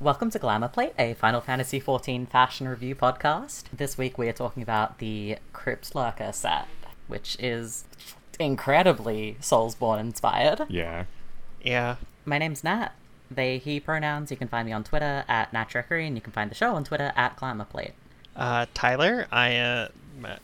Welcome to Glamour Plate, a Final Fantasy XIV fashion review podcast. This week we are talking about the Cryptlurker set, which is incredibly Soulsborne inspired. Yeah. Yeah. My name's Nat. They, he pronouns. You can find me on Twitter at NatTrekery, and you can find the show on Twitter at Glamour Plate. Uh, Tyler, I am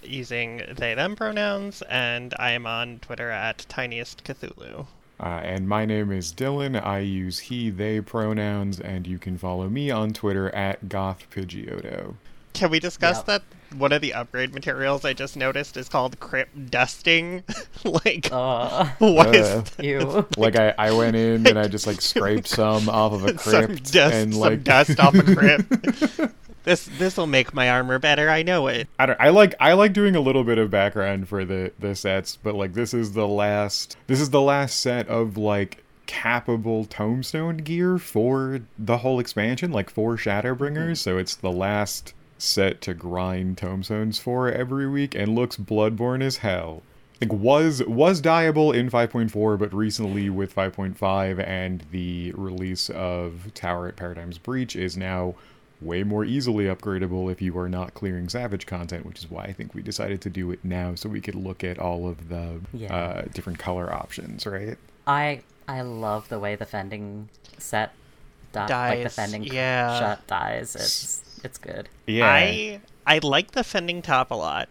using they them pronouns, and I am on Twitter at tiniest Cthulhu. Uh, and my name is Dylan. I use he, they pronouns, and you can follow me on Twitter at gothpidgeotto. Can we discuss Yep. that one of the upgrade materials I just noticed is called crypt dusting? like, Uh, what is Uh, that? you. Like I, I went in and I just like scraped some off of a some crypt dust, and some like dust off a crypt? this this will make my armor better. I know it. I don't I like I like doing a little bit of background for the the sets, but like this is the last this is the last set of like capable tombstone gear for the whole expansion, like for Shadowbringers, so it's the last set to grind tombstones for every week and looks bloodborne as hell. Like was was dieable in 5.4, but recently with 5.5 and the release of Tower at Paradigm's Breach is now way more easily upgradable if you are not clearing Savage content, which is why I think we decided to do it now so we could look at all of the Yeah. uh, different color options, right? I I love the way the fending set di- like the Dies, fending yeah. shut dies. It's it's good. Yeah. I I like the fending top a lot.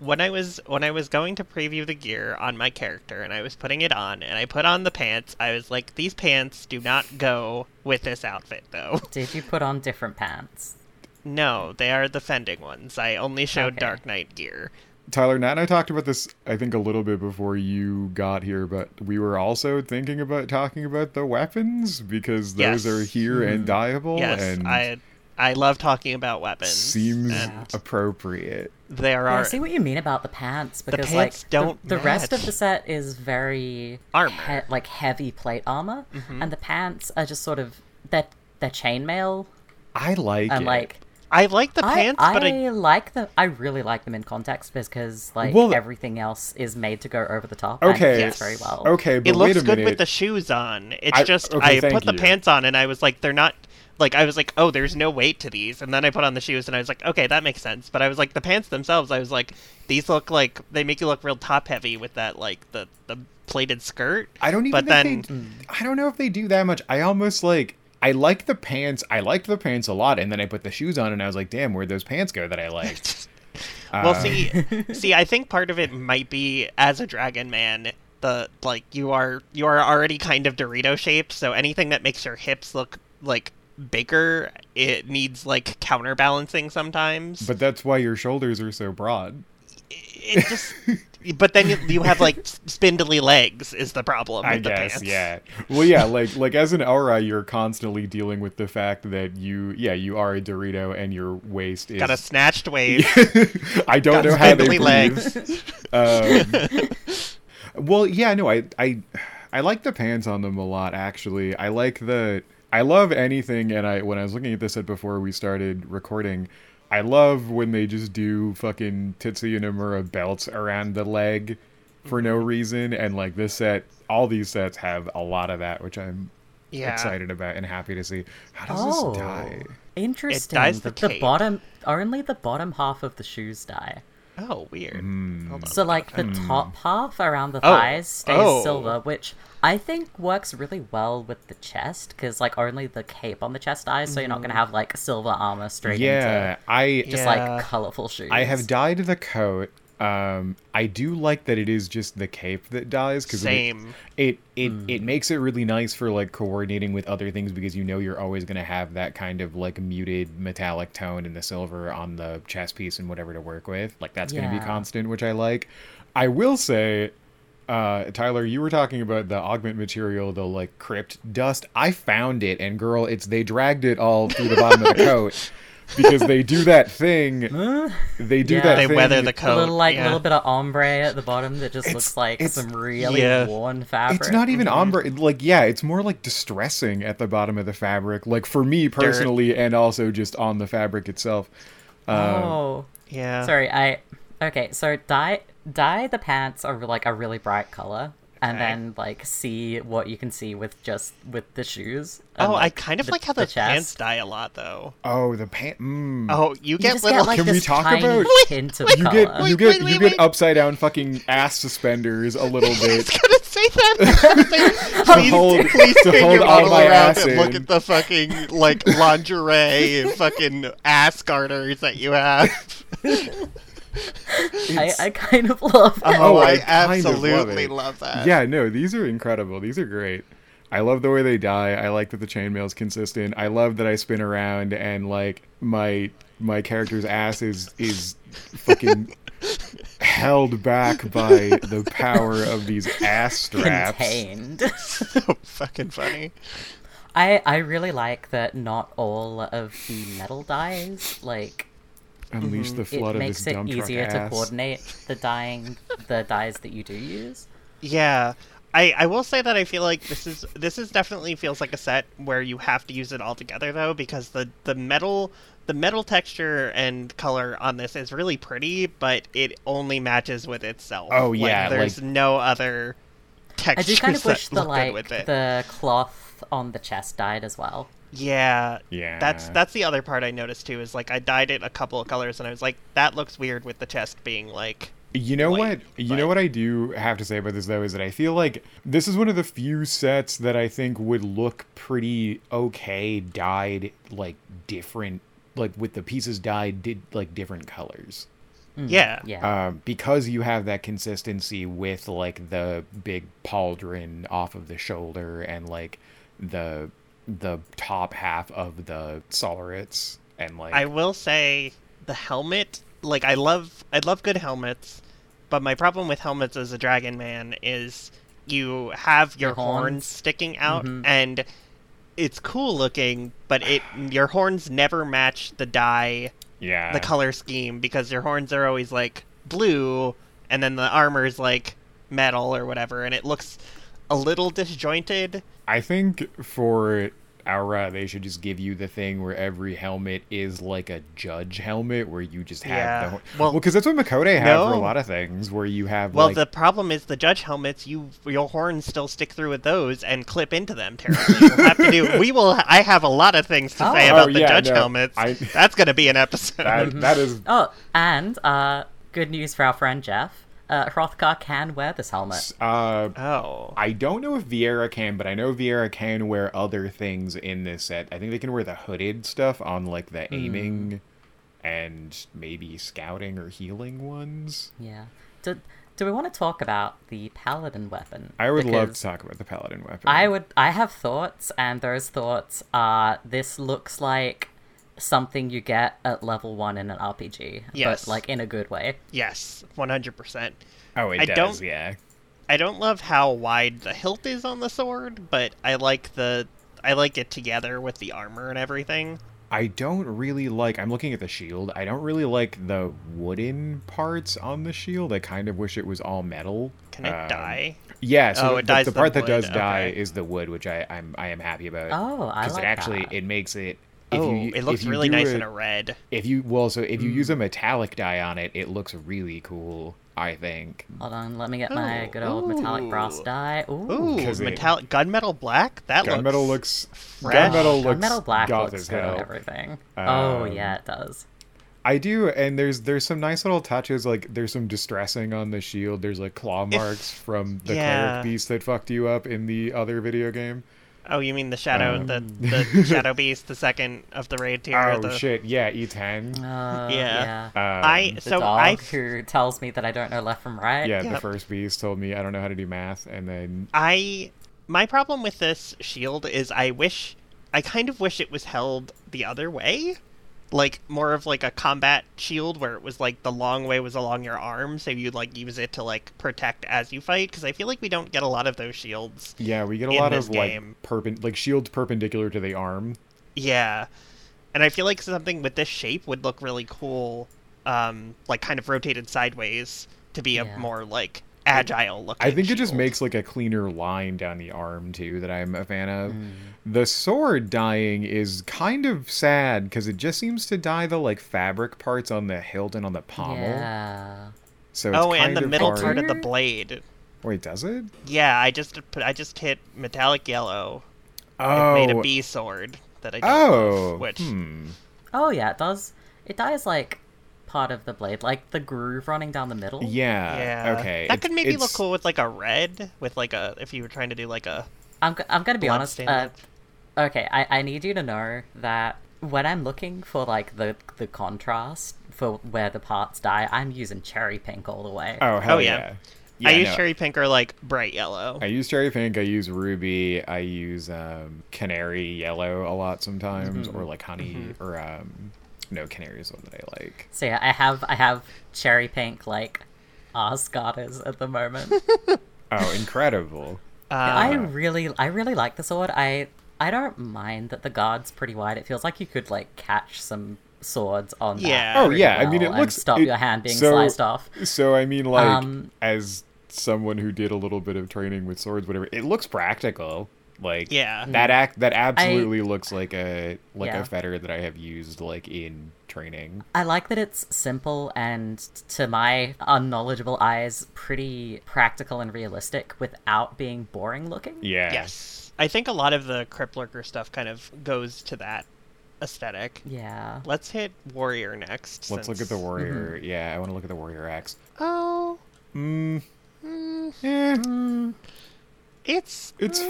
When I was when I was going to preview the gear on my character and I was putting it on and I put on the pants, I was like, these pants do not go with this outfit though. Did you put on different pants? No, they are the fending ones. I only showed Okay. Dark Knight gear. Tyler, Nat and I talked about this, I think, a little bit before you got here, but we were also thinking about talking about the weapons because those Yes. are here and dieable yes, Oh, and I I love talking about weapons. seems and appropriate. there Yeah, I are see what you mean about the pants because pants like don't the, the rest of match. the set is very Armor. Mm-hmm. he- like heavy plate armor, and the pants are just sort of they're, they're chainmail I like and it. like I like the I, pants, but I, I like them. I really like them in context because like Well- everything else is made to go over the top. and okay, fits very well. okay, but wait it looks a good minute. with the shoes on. It's I- just okay, I thank put the you. pants on and I was like, they're not like I was like, oh, there's no weight to these, and then I put on the shoes and I was like, okay, that makes sense. But I was like, the pants themselves, I was like, these look like they make you look real top heavy with that like the the plated skirt. I don't even But think then they, I don't know if they do that much. I almost like I like the pants. I liked the pants a lot, and then I put the shoes on, and I was like, "Damn, where'd those pants go that I liked?" well, Uh, see, see, I think part of it might be as a dragon man. The like you are you are already kind of Dorito shaped, so anything that makes your hips look like bigger, it needs like counterbalancing sometimes. But that's why your shoulders are so broad. it just but then you, you have like s- spindly legs is the problem with I the guess, pants. yeah. Well, yeah, like like as an aura, you're constantly dealing with the fact that you, yeah, you are a Dorito, and your waist is. got a snatched waist I don't got know how they spindly breathe. legs Um, well, yeah, no, I, I, I like the pants on them a lot. Actually, I like the, I love anything. And I, when I was looking at this set before we started recording, I love when they just do fucking Tetsuya and Nomura belts around the leg for Mm-hmm. no reason. And like this set, all these sets have a lot of that, which I'm yeah excited about and happy to see. How does Oh, this die? interesting. dyes the, the the cape. bottom, only the bottom half of the shoes die. oh weird Mm-hmm. Hold on. So like the Hmm. top half around the Oh. thighs stays Oh. silver, which I think works really well with the chest because like only the cape on the chest dies, so you're not gonna have like silver armor straight Mm. Yeah, I into just Yeah. like colorful shoes. I have dyed the coat. Um, I do like that it is just the cape that dies because Same. It it, it, Hmm. makes it really nice for like coordinating with other things because you know you're always gonna have that kind of like muted metallic tone in the silver on the chest piece and whatever to work with. Like that's gonna be Yeah. constant, which I like. I will say, uh, Tyler, you were talking about the augment material, the like crypt dust. I found it, and girl, it's they dragged it all through the bottom of the coat. Because they do that thing they do Yeah. that. they thing- weather the a coat little like yeah. little bit of ombre at the bottom that just It's- looks like it's- some really yeah. worn fabric. It's not e even ombre. it- Like, yeah, it's more like distressing at the bottom of the fabric. Like for me personally, and also just on the fabric itself. Oh, Um, yeah sorry. I okay. So dye dye the pants are like a really bright color. and Okay. then like see what you can see with just with the shoes. and, Oh, I like, kind of the- like how the those pants chest. die a lot, though. Oh, the pant. Mm. Oh, you, You get just little. get like Can we this talk tiny about- hint of Wait, you color. get you Wait, get wait, you wait, get wait. upside down fucking ass suspenders a little I bit. was gonna say that. please, hold- please to spin hold your all model my around ass and look in. at the fucking like lingerie, and fucking ass garters that you have. I, I kind of love it. Oh, Oh, I I, kind of love absolutely it. love, Uh, that. Yeah, no, these are incredible. These are great. I love the way they die. I like that the chainmail is consistent. I love that I spin around and like my my character's ass is is fucking held back by the power of these ass straps. contained. so fucking funny. I I really like that not all of the metal dies. Like Unleash the Mm-hmm. it flood of this makes it dump truck easier to ass. coordinate the dying the dies that you do use. Yeah. I, I will say that I feel like this is this is definitely feels like a set where you have to use it all together though because the the metal the metal texture and color on this is really pretty but it only matches with itself. Oh, Like, yeah, there's no other I textures do kind of that wish the look good like with it. the cloth on the chest died as well. Yeah, Yeah. That's that's the other part I noticed too is like I dyed it a couple of colors and I was like that looks weird with the chest being like You know Like, what? You but- know what I do have to say about this though is that I feel like this is one of the few sets that I think would look pretty okay dyed like different like with the pieces dyed did like different colors. Mm, yeah Yeah. Um, because you have that consistency with like the big pauldron off of the shoulder and like the the top half of the solarits and like I will say the helmet. Like I love, I love good helmets, but my problem with helmets as a dragon man is you have your, Your horns. horns. sticking out, and it's cool looking, but it your horns never match the dye, yeah the color scheme because your horns are always like blue, and then the armor is like metal or whatever, and it looks a little disjointed. I think for Aura, they should just give you the thing where every helmet is like a judge helmet, where you just have Yeah. the hor- well, Well, because that's what Makode have for a no. lot of things, where you have Well, like, the problem is the judge helmets. You your horns still stick through with those and clip into them terribly. we'll have to do. We will. I have a lot of things to say Oh. about Oh, the yeah, judge no, helmets. I- That's going to be an episode. that, that is Oh, and uh, good news for our friend Jeff. Uh, Hrothgar can wear this helmet. uh, oh, I don't know if Vieira can, but I know Vieira can wear other things in this set. I think they can wear the hooded stuff on like Hmm. the aiming and maybe scouting or healing ones. Yeah. Do, do we want to talk about the paladin weapon? I would love to Because talk about the paladin weapon. I would. I have thoughts, and those thoughts are: this looks like something you get at level one in an RPG, Yes. but like in a good way. yes, one hundred percent. oh, it I does, don't- yeah. I don't love how wide the hilt is on the sword, but I like the. I like it together with the armor and everything. I don't really like. I'm looking at the shield. I don't really like the wooden parts on the shield. I kind of wish it was all metal. Can it Um, die? Yeah. So Oh, the- it dies the the part that wood, does die okay. is the wood, which I I'm I am happy about. Oh, I like it actually that. it makes it. if Oh, you- it looks if you really do nice it- in a Hmm. red. If you well, so if you use a metallic die on it, it looks really cool. I think. Hold on, let me get my Ooh, good old metallic brass ooh. die. Ooh, Ooh, 'Cause it- metallic gunmetal black. That Gunmetal looks. fresh. Gunmetal looks. metal black goth looks as good on hell. everything. oh Um, yeah, it does. I do, and there's there's some nice little touches. Like there's some distressing on the shield. There's like claw marks from the Yeah. cleric beast that fucked you up in the other video game. Oh, you mean the shadow, Um, the, the shadow beast, the second of the raid tier. Oh the... shit! Yeah, E10. Uh, yeah. yeah. Um, I The so dog I who tells me that I don't know left from right. yeah, the Yep. first beast told me I don't know how to do math, and then I my problem with this shield is I wish I kind of wish it was held the other way, like more of like a combat shield where it was like the long way was along your arm, so you'd like use it to like protect as you fight. Because I feel like we don't get a lot of those shields. yeah, we get a In lot this of game. like perpen like shields perpendicular to the arm. Yeah. And I feel like something with this shape would look really cool, um, like kind of rotated sideways to be Yeah. a more like agile looking. I think it just shield. makes like a cleaner line down the arm too that I'm a fan of. Mm. The sword dying is kind of sad because it just seems to dye the like fabric parts on the hilt and on the pommel. Yeah. So it's Oh, and kind the of middle hard. part of the blade. Wait, does it? Yeah, I just put I just hit metallic yellow. Oh, It made a bee sword that I don't oh, love, which hmm. Oh yeah, it does. It dies like part of the blade, like the groove running down the middle. yeah, yeah, Uh, okay. that could maybe look it's- cool with like a red, with like a if you were trying to do like a I'm, g- I'm gonna be honest. Bloodstained Uh, look. okay, I, I need you to know that when I'm looking for like the the contrast for where the parts die, I'm using cherry pink all the way. Oh hell Oh, yeah. yeah! yeah. I use no, cherry pink or like bright yellow. I use cherry pink. I use ruby. I use um, canary yellow a lot sometimes, or like honey, Mm-hmm. or um, no, canary is one that I like. So yeah, I have I have cherry pink like Asgardas at the moment. Oh, incredible! I Uh, really I really like the sword. I I don't mind that the guard's pretty wide. It feels like you could like catch some swords on that Yeah. oh pretty yeah, I well mean it and looks stop it- your hand being so- sliced off. So I mean, like Um, as someone who did a little bit of training with swords, whatever, it looks practical. Like Yeah. that act that absolutely looks like a like Mm-hmm. Yeah. a fetter that I have used like in training. I like that it's simple and, to my unknowledgeable eyes, pretty practical and realistic without being boring looking. Yeah. yes, I think a lot of the crypt lurker stuff kind of goes to that aesthetic. Yeah. Let's hit warrior next. Let's look at since- the warrior. Mm-hmm. Yeah, I want to look at the warrior axe. Oh, Mm. Eh, it's it's.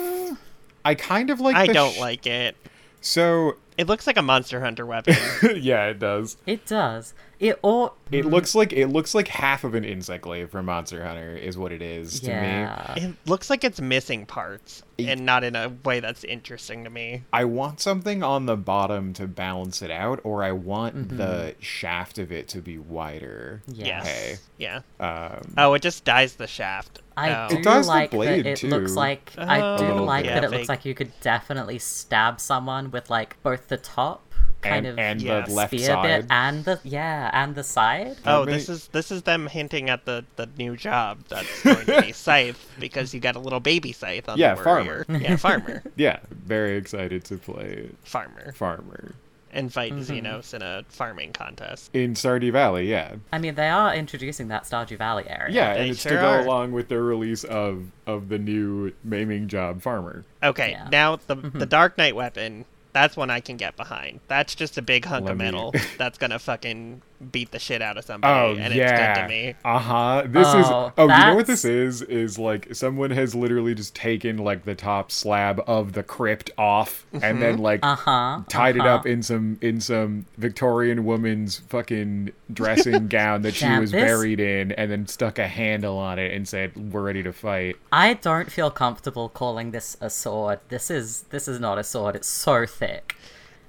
I kind of like. I the don't sh- like it. So It looks like a monster hunter weapon. yeah, it does. It does. It or It looks like it looks like half of an insect glaive from Monster Hunter is what it is to me. yeah. it looks like it's missing parts It- and not in a way that's interesting to me. I want something on the bottom to balance it out, or I want the shaft of it to be wider. Mm-hmm. Yeah. Yes. Okay. Yeah. Um, Oh, it just dyes the shaft. I Oh. do It does the like blade, that it too. looks like I Oh, do A little like bit. that Yeah, it looks big. like you could definitely stab someone with like both the top kind and, of and Yeah. the left spear side. bit and the yeah, and the side. Oh, That this may- is this is them hinting at the the new job that's going to be scythe because you got a little baby scythe on Yeah, the farmer. warrior. Yeah, farmer, yeah, very excited to play farmer, farmer and fight Mm-hmm. Xenos in a farming contest. in Stardew Valley. Yeah, I mean, they are introducing that Stardew Valley area. yeah, they and it's sure to go are. along with the release of of the new maiming job farmer. Okay, Yeah. now the Mm-hmm. the Dark Knight weapon. That's one I can get behind. That's just a big hunk Let of me- metal that's gonna fucking beat the shit out of Oh somebody, and yeah. it's good to me. Uh huh. This is. Oh, Oh, you know what that's- this is? Is like someone has literally just taken like the top slab of the crypt off, and then like Uh huh. tied it Uh-huh. up in some in some Victorian woman's fucking dressing gown that she Damn, was this- buried in, and then stuck a handle on it and said, "We're ready to fight." I don't feel comfortable calling this a sword. This is this is not a sword. It's so thick.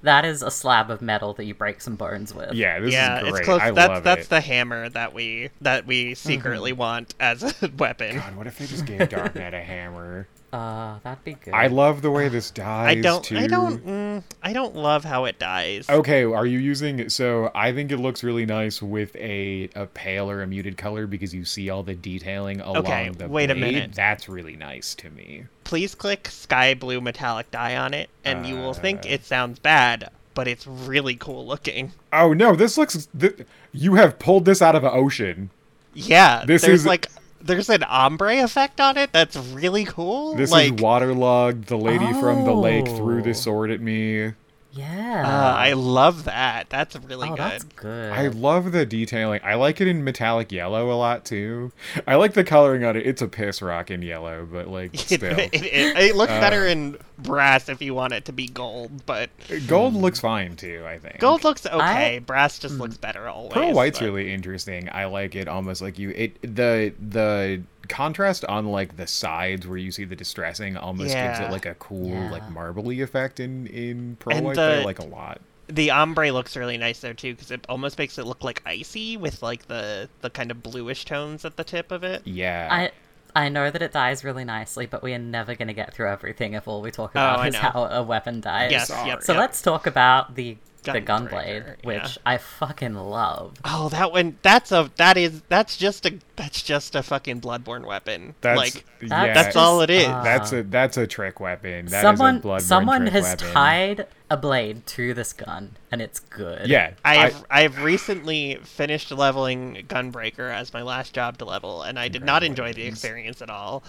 That is a slab of metal that you break some bones with. Yeah, this yeah, is great. it's close. I that's love that's it. Mm-hmm. the hammer that we that we secretly want as a weapon. God, what if they just gave Darknet a hammer? Uh, that'd be good. I love the way this I dies. don't. Too. I don't. Mm, I don't love how it dies. Okay, are you using? So I think it looks really nice with a a pale or a muted color because you see all the detailing along Okay, the wait a blade. minute. That's really nice to me. Please click sky blue metallic dye on it, and you will think Uh. it sounds bad, but it's really cool looking. Oh no, this looks. Th- you have pulled this out of an ocean. Yeah, This there's is- like there's an ombre effect on it that's really cool. This like, is waterlogged. The lady from the lake threw Oh. the sword at me. Yeah. uh, I love that. That's really oh, good. that's good. I love the detailing. I like it in metallic yellow a lot too. I like the coloring on it. It's a piss rock in yellow, but like It, still, it, it- it looks Uh, better in brass if you want it to be gold, but gold looks fine too. I think gold looks okay. brass just Hmm. looks better always. Pearl White's but- really interesting. I like it almost like you it the the contrast on like the sides where you see the distressing almost gives Yeah. it like a cool Yeah. like marbly effect in in Pearl And White the- that I like a lot. The ombre looks really nice there too, because it almost makes it look like icy with like the the kind of bluish tones at the tip of it. Yeah. I I know that it dies really nicely, but we are never going to get through everything if all we talk Oh, I about is know. how a weapon dies. Yes, yep, So yep. let's talk about the the Gunbreaker, Gunblade, yeah. which I fucking love. Oh, that one. That's a. That is. That's just a. That's just a fucking bloodborne weapon. That's like yeah, that's all it is. That's a that's a trick weapon. That is a uh, someone Bloodborne someone trick has weapon. tied a blade to this gun, and it's good. Yeah, I've I've recently finished leveling Gunbreaker as my last job to level, and I did not enjoy the experience at all.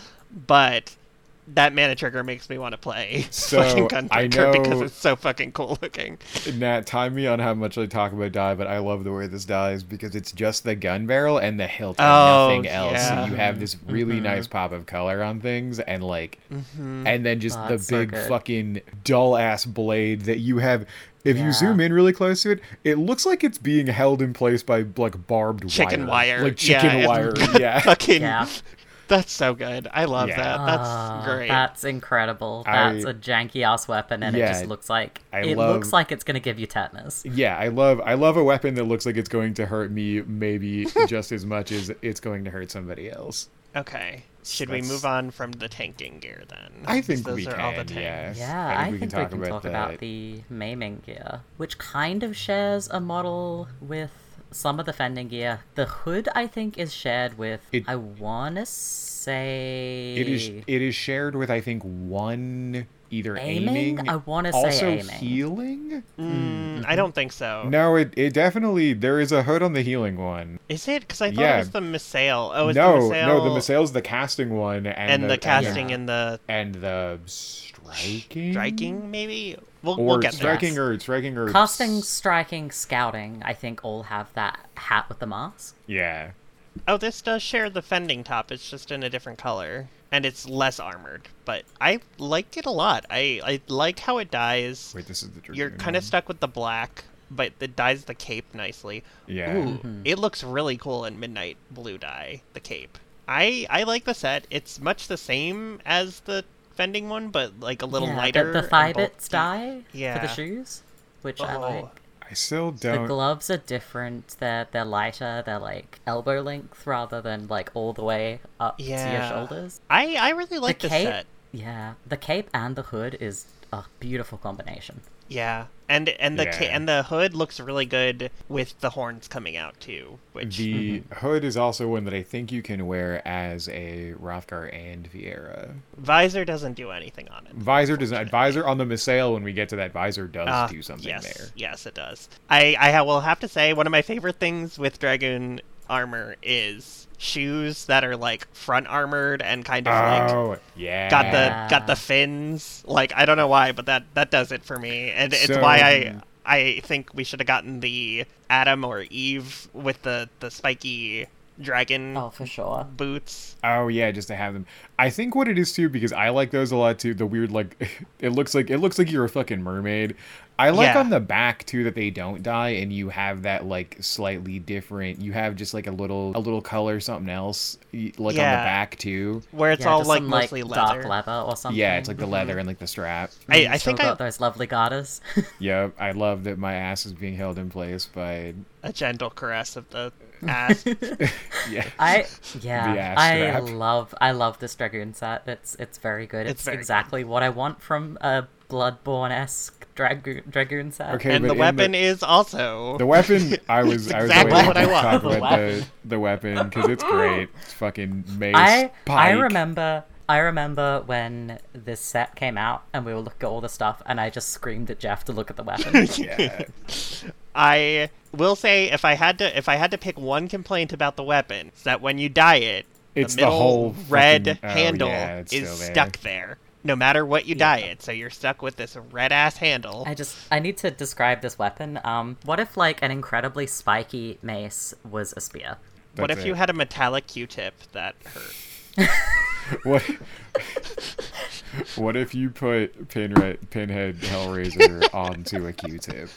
But that mana trigger makes me want to play So, fucking I Gunbreaker because know- it's so fucking cool looking. Nat, time me on how much I talk about die, but I love the way this dies because it's just the gun barrel and the hilt and Oh, nothing else. yeah. So you have this Mm-hmm. really nice pop of color on things and like Mm-hmm. and then just Oh, the it's so big good. fucking dull ass blade that you have if Yeah. you zoom in really close to it, it looks like it's being held in place by like barbed Chicken wire. Like Yeah, chicken it's- wire. Yeah. fucking. Yeah. That's so good. I love Yeah. that. Ah, That's great. That's incredible. I- That's a janky ass weapon, and it Yeah, just looks like I it love- looks like it's gonna give you tetanus. Yeah, I love I love a weapon that looks like it's going to hurt me maybe just as much as it's going to hurt somebody else. Okay. Should we That's- move on from the tanking gear then? I 'Cause think those we are can. all the tank- yes. Yeah, I think, we can, talk, about, that. the maiming gear, which kind of shares a model with some of the fending gear. The hood, I think, is shared with. It- I want to say It is. It is shared with I think one either Aiming? aiming. I wanna say also aiming. Oh. healing. Mm, I don't think so. No, it it definitely there is a hood on the healing one. Is it? Because I thought Yeah. it was the Misail. Oh, it's no, the Misail. no, the missile's the casting one, and, and the casting Yeah. and the and the striking, striking, maybe. We'll, or we'll get there. striking or striking or casting, striking, scouting. I think all have that hat with the mask. Yeah, Oh, this does share the fending top. It's just in a different color, and it's less armored. But I like it a lot. I I like how it dies. wait, this is the. You're Dragoon kind one. of stuck with the black, but it dyes the cape nicely. Yeah. Ooh, Mm-hmm. it looks really cool in midnight blue dye. The cape. I I like the set. It's much the same as the fending one, but like a little yeah, the- lighter. The, and thigh both bits deep. die for Yeah. the shoes, which I Oh, like. I still The don't. gloves are different. They're they're lighter. They're like elbow length rather than like all the way up to your Yeah. shoulders. I I really like the the cape, set. yeah, the cape and the hood is a beautiful combination. Yeah, and and the ca- Yeah. and the hood looks really good with the horns coming out too. Which The Mm-hmm. hood is also one that I think you can wear as a Rothgar and Viera. visor doesn't do anything on it. Visor does not. Visor on the Misail, when we get to that, visor does Ah, do something yes, there. Yes, it does. I I ha- will have to say one of my favorite things with dragoon armor is shoes that are like front armored and kind of like Oh, yeah. got Yeah. the got the fins. Like I don't know why, but that that does it for me, and it's So- why I. I think we should have gotten the Adam or Eve with the, the spiky dragon Oh, for sure. boots. Oh, yeah, just to have them. I think what it is too, because I like those a lot too. The weird, like, it looks like it looks like you're a fucking mermaid. I like Yeah. on the back too that they don't die, and you have that like slightly different. You have just like a little, a little color, something else, y- like on the Yeah. back too. where it's yeah, all just like some, mostly leather. dark leather or something. Yeah, it's like the Mm-hmm. leather and like the strap. I, You I still think I got those lovely garters. Yep, I love that my ass is being held in place by a gentle caress of the ass. yeah. I yeah, ass I strap. love I love this dragoon set. It's it's very good. It's, It's very good. exactly what I want from a Bloodborne esque dragoon dragoon set. Okay, and but the in weapon is also The weapon I was I was exactly waiting what I to want. talk The about the, the weapon because it's great. It's fucking mace. I I pike. remember I remember when this set came out and we were looking at all the stuff and I just screamed at Jeff to look at the weapon. Yeah. I will say if I had to if I had to pick one complaint about the weapon, it's that when you die it, It's the the middle whole red fucking- oh, handle yeah, it's is still there. stuck there. No matter what you die it, so you're stuck with this red ass handle. I just I need to describe this weapon. Um what if like an incredibly spiky mace was a spear? what if That's you it. had a metallic Q-tip that hurt? What? what if you put Pinhead, Pinhead Hellraiser onto a Q-tip?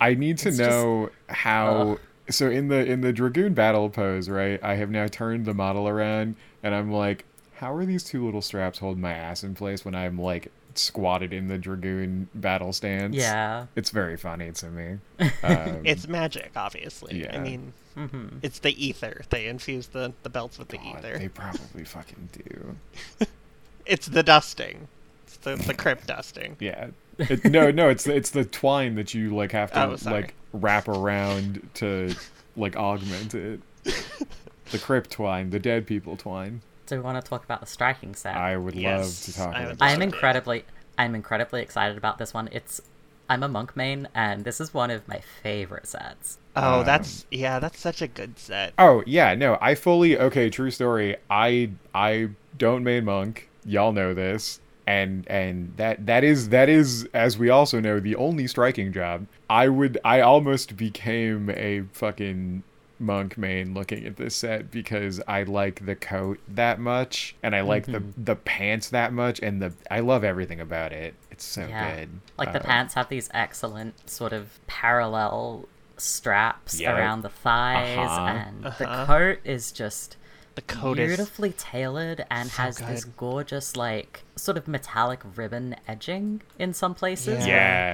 I need to know how. So in the in the dragoon battle pose, right? I have now turned the model around, and I'm like, how are these two little straps holding my ass in place when I'm like squatted in the dragoon battle stance? Yeah. it's very funny to me. Um, It's magic, obviously. Yeah. I mean, Mm-hmm. it's the ether. They infuse the, the belts with the God, ether. they probably fucking do. It's the dusting. It's the, the crypt dusting. Yeah. It, no, no, it's the, it's the twine that you like have to Oh, sorry. like wrap around to like augment it. The crypt twine, the dead people twine. Do we want to talk about the striking set? I would Yes, love to talk I about. would that. I am Yeah. incredibly, I'm incredibly excited about this one. It's, I'm a monk main, and this is one of my favorite sets. Um, Oh, that's yeah, that's such a good set. Oh yeah, no, I fully okay. True story. I I don't main monk. Y'all know this, and and that that is that is as we also know the only striking job. I would I almost became a fucking monk main looking at this set because I like the coat that much and I like Mm-hmm. the the pants that much and the I love everything about it. It's so Yeah, good. like the Uh, pants have these excellent sort of parallel straps Yeah. around the thighs, Uh-huh. and the Uh-huh. coat is just The coat is beautifully tailored and so has this good. gorgeous, like, sort of metallic ribbon edging in some places. Yeah.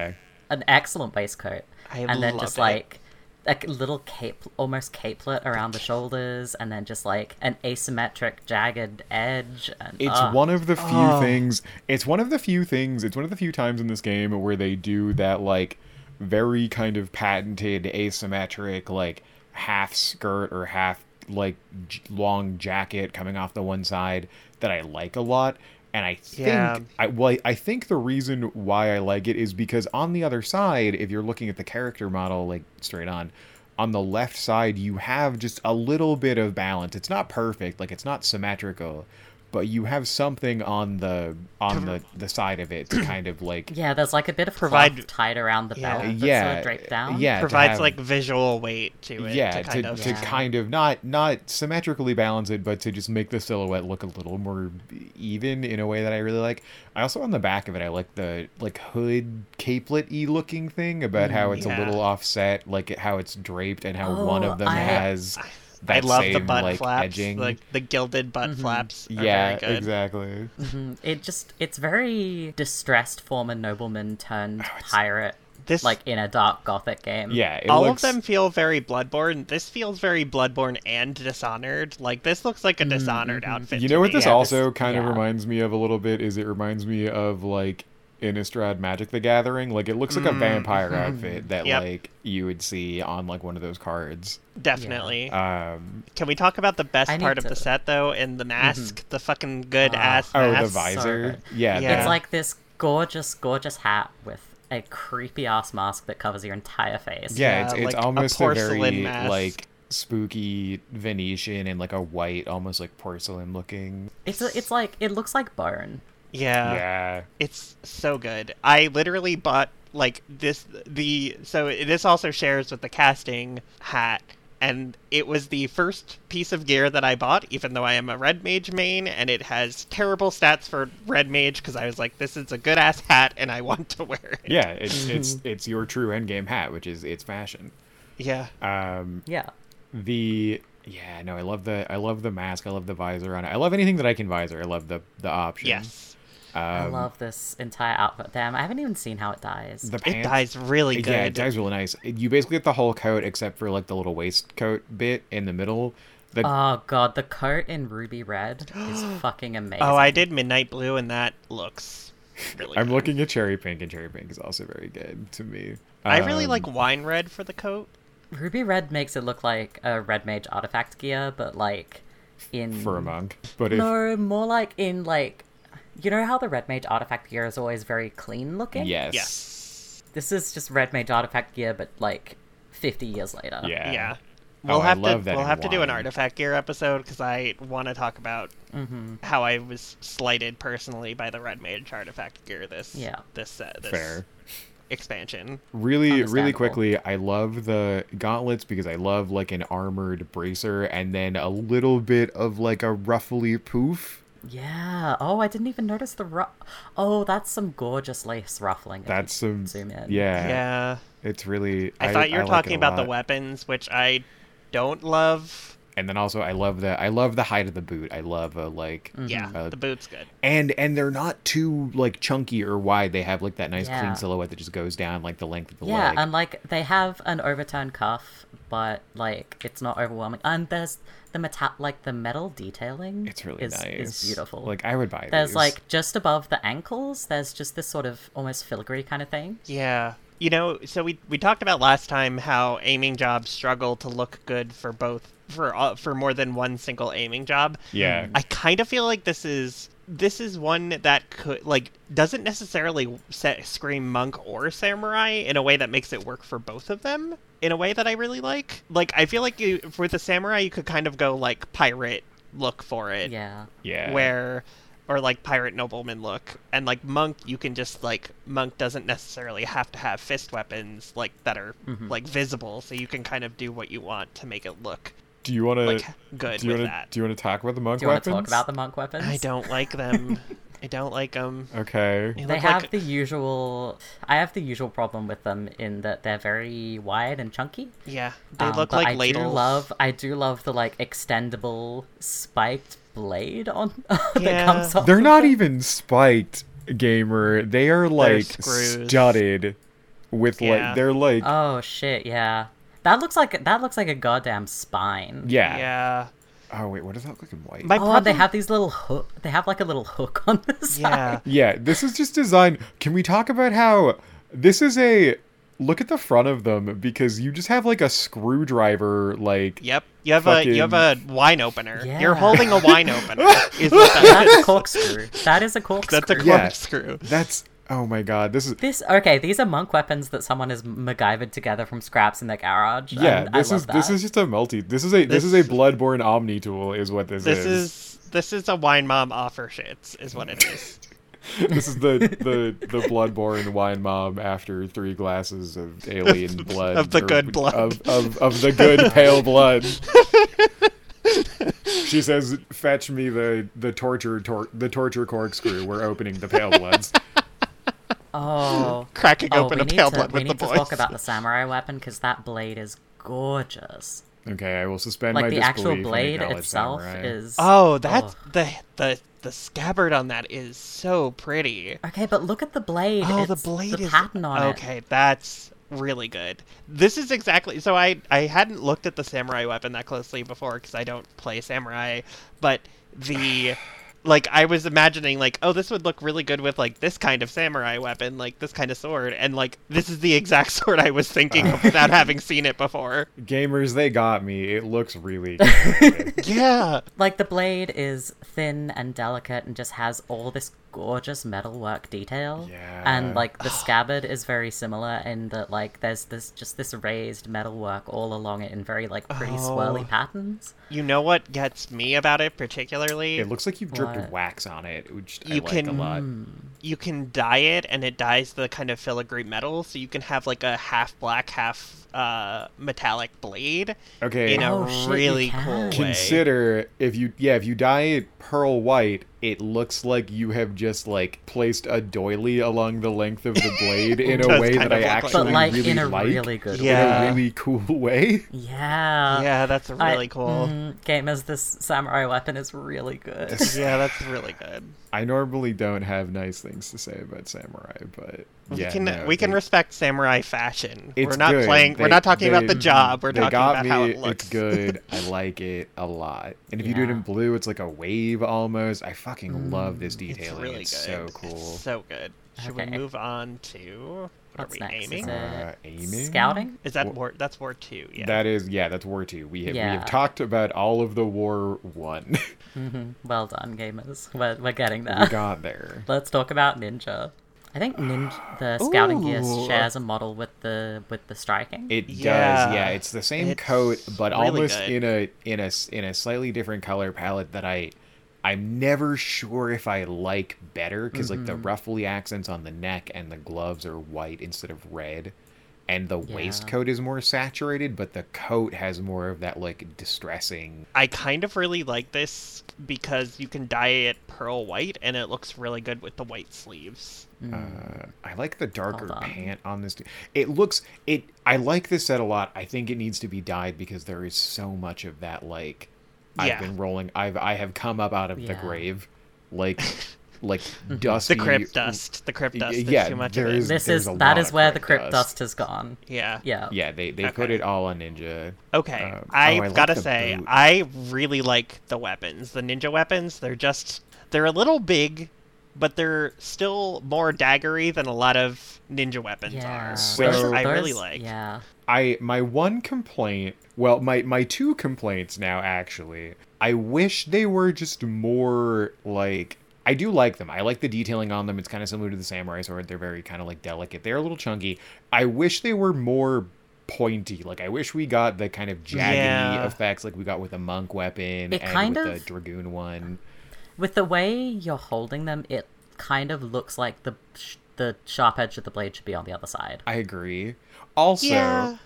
Yeah. an excellent waistcoat, I and then love just it. like a c- little cape, almost capelet around the shoulders, and then just like an asymmetric, jagged edge. And It's ah, one of the few Oh. things. It's one of the few things. It's one of the few times in this game where they do that, like, very kind of patented asymmetric, like, half skirt or half, like, j- long jacket coming off the one side that I like a lot. And I think Yeah. I well, I- I think the reason why I like it is because on the other side, if you're looking at the character model like straight on, on the left side you have just a little bit of balance. It's not perfect, like it's not symmetrical, but you have something on the on the the side of it to kind of like yeah, there's like a bit of Provide- cloth tied around the Yeah. belt, that's sort yeah, of draped down. yeah, to provides have- like visual weight to it. yeah to kind to, of to Yeah. kind of not not symmetrically balance it but to just make the silhouette look a little more even in a way that i really like i also on the back of it i like the like hood capelet y looking thing about how it's Mm, yeah. a little offset like it- how it's draped and how one Oh, of them I- has I that love same the butt like flaps, edging like the gilded butt Mm-hmm. flaps. Are yeah very good. exactly Mhm. It just it's very distressed former nobleman turned pirate, This- like in a dark gothic game. Oh, yeah it All looks- of them feel very Bloodborne. This feels very Bloodborne and Dishonored. Like this looks like a Mm-hmm, Dishonored outfit. You to know what me. this Yeah, also this- kind of yeah. reminds me of a little bit is it reminds me of like Innistrad Magic the Gathering. Like it looks like a vampire outfit that Mm, mm-hmm. Yep. like you would see on like one of those cards. Definitely. Um Can we talk about the best I need part of the to- Mm-hmm. set though? In the mask, the fucking good Ah. ass oh mask. the visor. good. Yeah, Yeah. It's like this gorgeous, gorgeous hat with a creepy ass mask that covers your entire face. yeah, yeah, it's it's like a almost a, porcelain very mask. like spooky Venetian and like a white almost like porcelain looking. It's a, it's like it looks like bone. Yeah. yeah. It's so good. I literally bought like this the so this also shares with the casting hat and it was the first piece of gear that I bought even though I am a red mage main and it has terrible stats for red mage cuz I was like this is a good ass hat and I want to wear it. Yeah, it's it's it's your true endgame hat, which is it's fashion. Yeah. Um Yeah. the yeah no i love the i love the mask i love the visor on it i love anything that i can visor i love the the option Yes. Um, I love this entire outfit. Damn, I haven't even seen how it dies. the It pants dies really good. yeah it dies really nice you basically get the whole coat except for like the little waistcoat bit in the middle the Um, Oh god, the coat in ruby red is fucking amazing. Oh, I did midnight blue and that looks really i'm good. looking at cherry pink and cherry pink is also very good to me I really Um, like wine red for the coat. Ruby red makes it look like a red mage artifact gear, but like in for a monk but if no, more like in like you know how the red mage artifact gear is always very clean looking. yes Yes. This is just red mage artifact gear, but like fifty years later. yeah Uh, Yeah. Oh, We'll I have to love that we'll in have to do an wine. artifact gear episode because I want to talk about how I was slighted personally by the red mage artifact gear this Yeah. this uh, this fair expansion. really really Understandable. quickly i love the gauntlets because i love like an armored bracer and then a little bit of like a ruffly poof Yeah. Oh, I didn't even notice the ru- Oh, that's some gorgeous lace ruffling. if you that's some zoom in. yeah Yeah, it's really I, thought you were like it talking a about the lot. weapons, which I don't love. And then also I love the I love the height of the boot. I love a like Mm-hmm. Yeah, Uh, the boot's good. and and they're not too like chunky or wide. They have like that nice Yeah. clean silhouette that just goes down like the length of the Yeah, um, leg. and like they have an overturned cuff, but like it's not overwhelming. And there's the metal, like the metal detailing. it's really is, nice. Is beautiful. Like I would buy there's these. like just above the ankles. There's just this sort of almost filigree kind of thing. Yeah. You know, so we we talked about last time how aiming jobs struggle to look good for both for all, for more than one single aiming job. Yeah. I kind of feel like this is this is one that could like doesn't necessarily set, scream monk or samurai in a way that makes it work for both of them in a way that I really like. Like I feel like you with the samurai you could kind of go like pirate look for it Yeah. yeah. where or like pirate nobleman look and like monk you can just like monk doesn't necessarily have to have fist weapons like that are Mm-hmm. like visible so you can kind of do what you want to make it look do you want to like good do you with wanna, that Do you want to talk about the monk Do you weapons? want to talk about the monk weapons? i don't like them i don't like them Okay. They have the usual. I have the usual problem with them in that they're very wide and chunky. yeah they Um, look but like I ladles do love. I do love the like extendable spiked blade on that Yeah. comes off. They're of not them. even spiked, gamer. They are like screws. studded with Yeah. like they're like Oh shit! Yeah, that looks like that looks like a goddamn spine. yeah. yeah Oh wait, what does that look like in white? my Oh, problem and they have these little hook. They have like a little hook on the side. yeah Yeah, this is just design. Can we talk about how this is a look at the front of them because you just have like a screwdriver like Yep, you have a you have a wine opener. You're Yeah. holding a wine opener. Is what that That's is. a corkscrew. That is a corkscrew. That's a Yeah. corkscrew. That's oh my god, this is This okay? These are monk weapons that someone has MacGyvered together from scraps in their garage. yeah, and this I love is this that. is just a multi. This is a this, is a This- bloodborne omni tool is what this, is. This is this is a wine mom offer shits is what it is. This is the the the bloodborne wine mob after three glasses of alien blood of the or- good blood. of, of of the good pale blood. She says, "Fetch me the the torture tor- the torture corkscrew. We're opening the pale bloods." Oh, Cracking oh, open we a need pale to blood we with the need to boys. talk about the samurai weapon because that blade is gorgeous. Okay, I will suspend Like my the actual disbelief and blade acknowledge itself Samurai. is. Oh, that's the the the scabbard on that is so pretty. Okay, but look at the blade. Oh, It's- the blade the is pattern on it. okay. That's really good. This is exactly so. I I hadn't looked at the samurai weapon that closely before because I don't play samurai, but the like I was imagining like oh this would look really good with like this kind of samurai weapon like this kind of sword and like this is the exact sword I was thinking of without having seen it before. Gamers, they got me. It looks really good. Yeah. Like the blade is thin and delicate and just has all this gorgeous metalwork detail. Yeah. And like the scabbard is very similar in that like there's this just this raised metalwork all along it in very like pretty swirly Oh. patterns. You know what gets me about it particularly? it looks like you've dripped What? wax on it, which I You like a can- lot. you can dye it and it dyes the kind of filigree metal so you can have like a half black half uh metallic blade Okay, in a Oh, shit, you really can. cool way consider if you yeah if you dye it pearl white it looks like you have just like placed a doily along the length of the blade in a does way kind that i of look like actually But like really in a like really good in way. Yeah. a really cool way Yeah. Uh, yeah that's I- really cool mm, gamers, this samurai weapon is really good. yeah that's really good i normally don't have nice things to say about samurai but yeah we can no, we can they- respect samurai fashion it's we're not good. playing we're They- not talking about they- the job we're they talking got about me. how it looks it's good i like it a lot and if you do it Yeah. in blue it's like a wave almost i fucking love this Mm, it's detailing it's, really so good cool it's so good should Okay. we move on to what What's are we next? Is aiming it Uh, aiming? Scouting? is that Wha- war that's war two yeah That is, yeah, that's War Two. We have, we Yeah. have talked about all of the War One. Well done, gamers. We're, we're getting there. we got there. Let's talk about ninja. I think ninja the scouting gear Ooh. shares a model with the with the striking. It Yeah. does, yeah. It's the same It's coat, but really almost good. in a in a s- in a slightly different color palette that I I'm never sure if I like Mm-hmm. better because like the ruffly accents on the neck and the gloves are white instead of red, and the Yeah. waistcoat is more saturated, but the coat has more of that like distressing. I kind of really like this because you can dye it pearl white and it looks really good with the white sleeves. Uh, I like the darker on. pant on this. It looks it. I like this set a lot. I think it needs to be dyed because there is so much of that. Like Yeah. I've been rolling. I've I have come up out of the Yeah. grave, like like dusty. Mm-hmm. The crypt dust. The crypt y- dust. There's yeah, too much there of it. is- This there's is a that lot is of where the crypt crypt dust. dust has gone. Yeah. Yeah. Yeah, they they put Okay. it all on ninja. Okay. Uh, oh, I I've like gotta the say, boot. I really like the weapons. The ninja weapons, they're just they're a little big, but they're still more daggery than a lot of ninja weapons Yeah. are. So- which Those- I really those- like. Yeah. I my one complaint, well, my my two complaints now actually. I wish they were just more like I do like them. I like the detailing on them. It's kind of similar to the samurai sword. They're very kind of like delicate. They're a little chunky. I wish they were more pointy. Like I wish we got the kind of jaggedy Yeah. effects like we got with the monk weapon It and kind with of- the dragoon one. With the way you're holding them, it kind of looks like the sh- the sharp edge of the blade should be on the other side. I agree. Also, Yeah.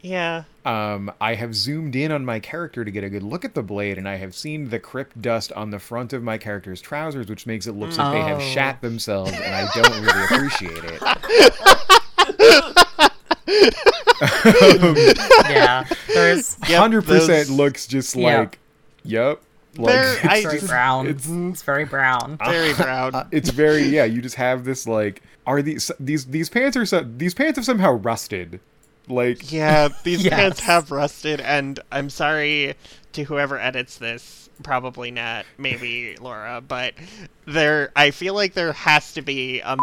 Yeah. Um, I have zoomed in on my character to get a good look at the blade, and I have seen the crypt dust on the front of my character's trousers, which makes it look like they have Oh. shat themselves, and I don't really appreciate it. yeah. There's Yep, Hundred percent those- looks just Yeah. like, yep, They're- like I- it's very just- brown. It's, it's- very brown. uh, Very proud. it's very yeah. You just have this like, are these these these pants are so, these pants have somehow rusted, like Yeah, these Yes. pants have rusted, and I'm sorry to whoever edits this. Probably not, maybe Laura, but there. I feel like there has to be a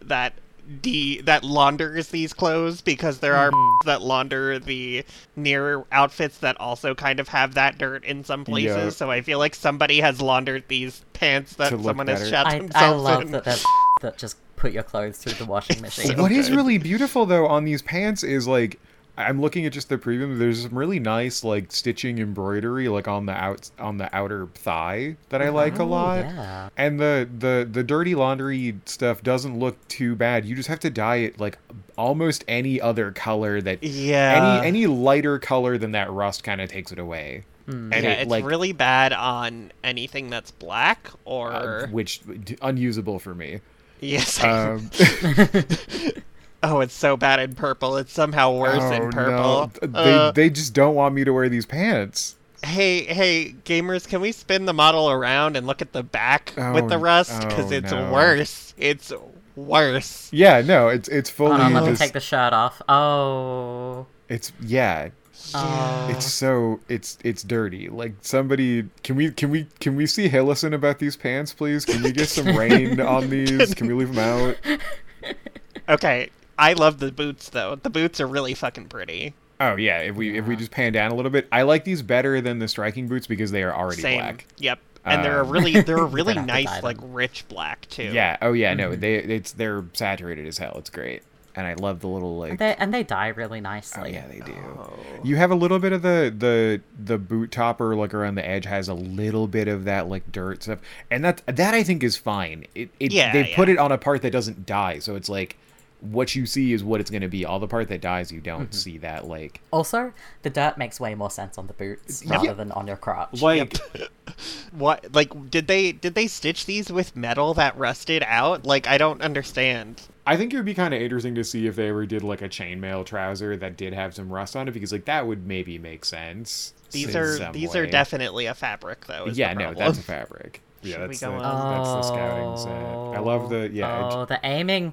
that de that launders these clothes because there are Mm-hmm. that launder the near outfits that also kind of have that dirt in some places. Yeah. So I feel like somebody has laundered these pants that To look someone has better. shot I, I themselves love in. that there's that just put your clothes through the washing machine. What is good. really beautiful though on these pants is like I'm looking at just the preview. There's some really nice like stitching embroidery like on the out on the outer thigh that I like a Oh, lot. yeah. And the the the dirty laundry stuff doesn't look too bad. You just have to dye it like almost any other color that Yeah. any any lighter color than that rust kind of takes it away. And Hmm. yeah, it, it's like really bad on anything that's black or uh, which unusable for me. Yes. I- Um, oh, it's so bad in purple. It's somehow worse oh, in no. purple. They Uh, they just don't want me to wear these pants. hey, hey, gamers, can we spin the model around and look at the back Oh, with the rust? Because oh, it's no. worse. It's worse. Yeah, no, it's it's fully Hold on, let me just- take the shirt off. Oh. it's yeah, Oh. it's so it's it's dirty. Like somebody, can we can we can we see Hillison about these pants, please? Can we get some rain on these? Can we leave them out? Okay. I love the boots though. The boots are really fucking pretty. Oh yeah, if we if we just pan down a little bit, I like these better than the striking boots because they are already Same. black. Yep. And they're a Um, really they're a really have to dye nice them. like rich black too. Yeah. Oh yeah. No, they it's they're saturated as hell. It's great, and I love the little like. They, and they die really Oh nicely. yeah, they do. Oh. You have a little bit of the the the boot topper like around the edge has a little bit of that like dirt stuff, and that that I think is fine. It, it Yeah, they put yeah. it on a part that doesn't die, so it's like what you see is what it's going to be. All the part that dies, you don't see that like Also, the dirt makes way more sense on the boots Yep. rather than on your crotch. like What like did they did they stitch these with metal that rusted out? Like I don't understand. I think it would be kind of interesting to see if they ever did like a chainmail trouser that did have some rust on it because like that would maybe make sense. These in are some these are way. definitely a fabric though. is the yeah no problem. that's a fabric. Yeah, Should that's we the, go on? that's the scouting set. I love the yeah. it- Oh, the aiming,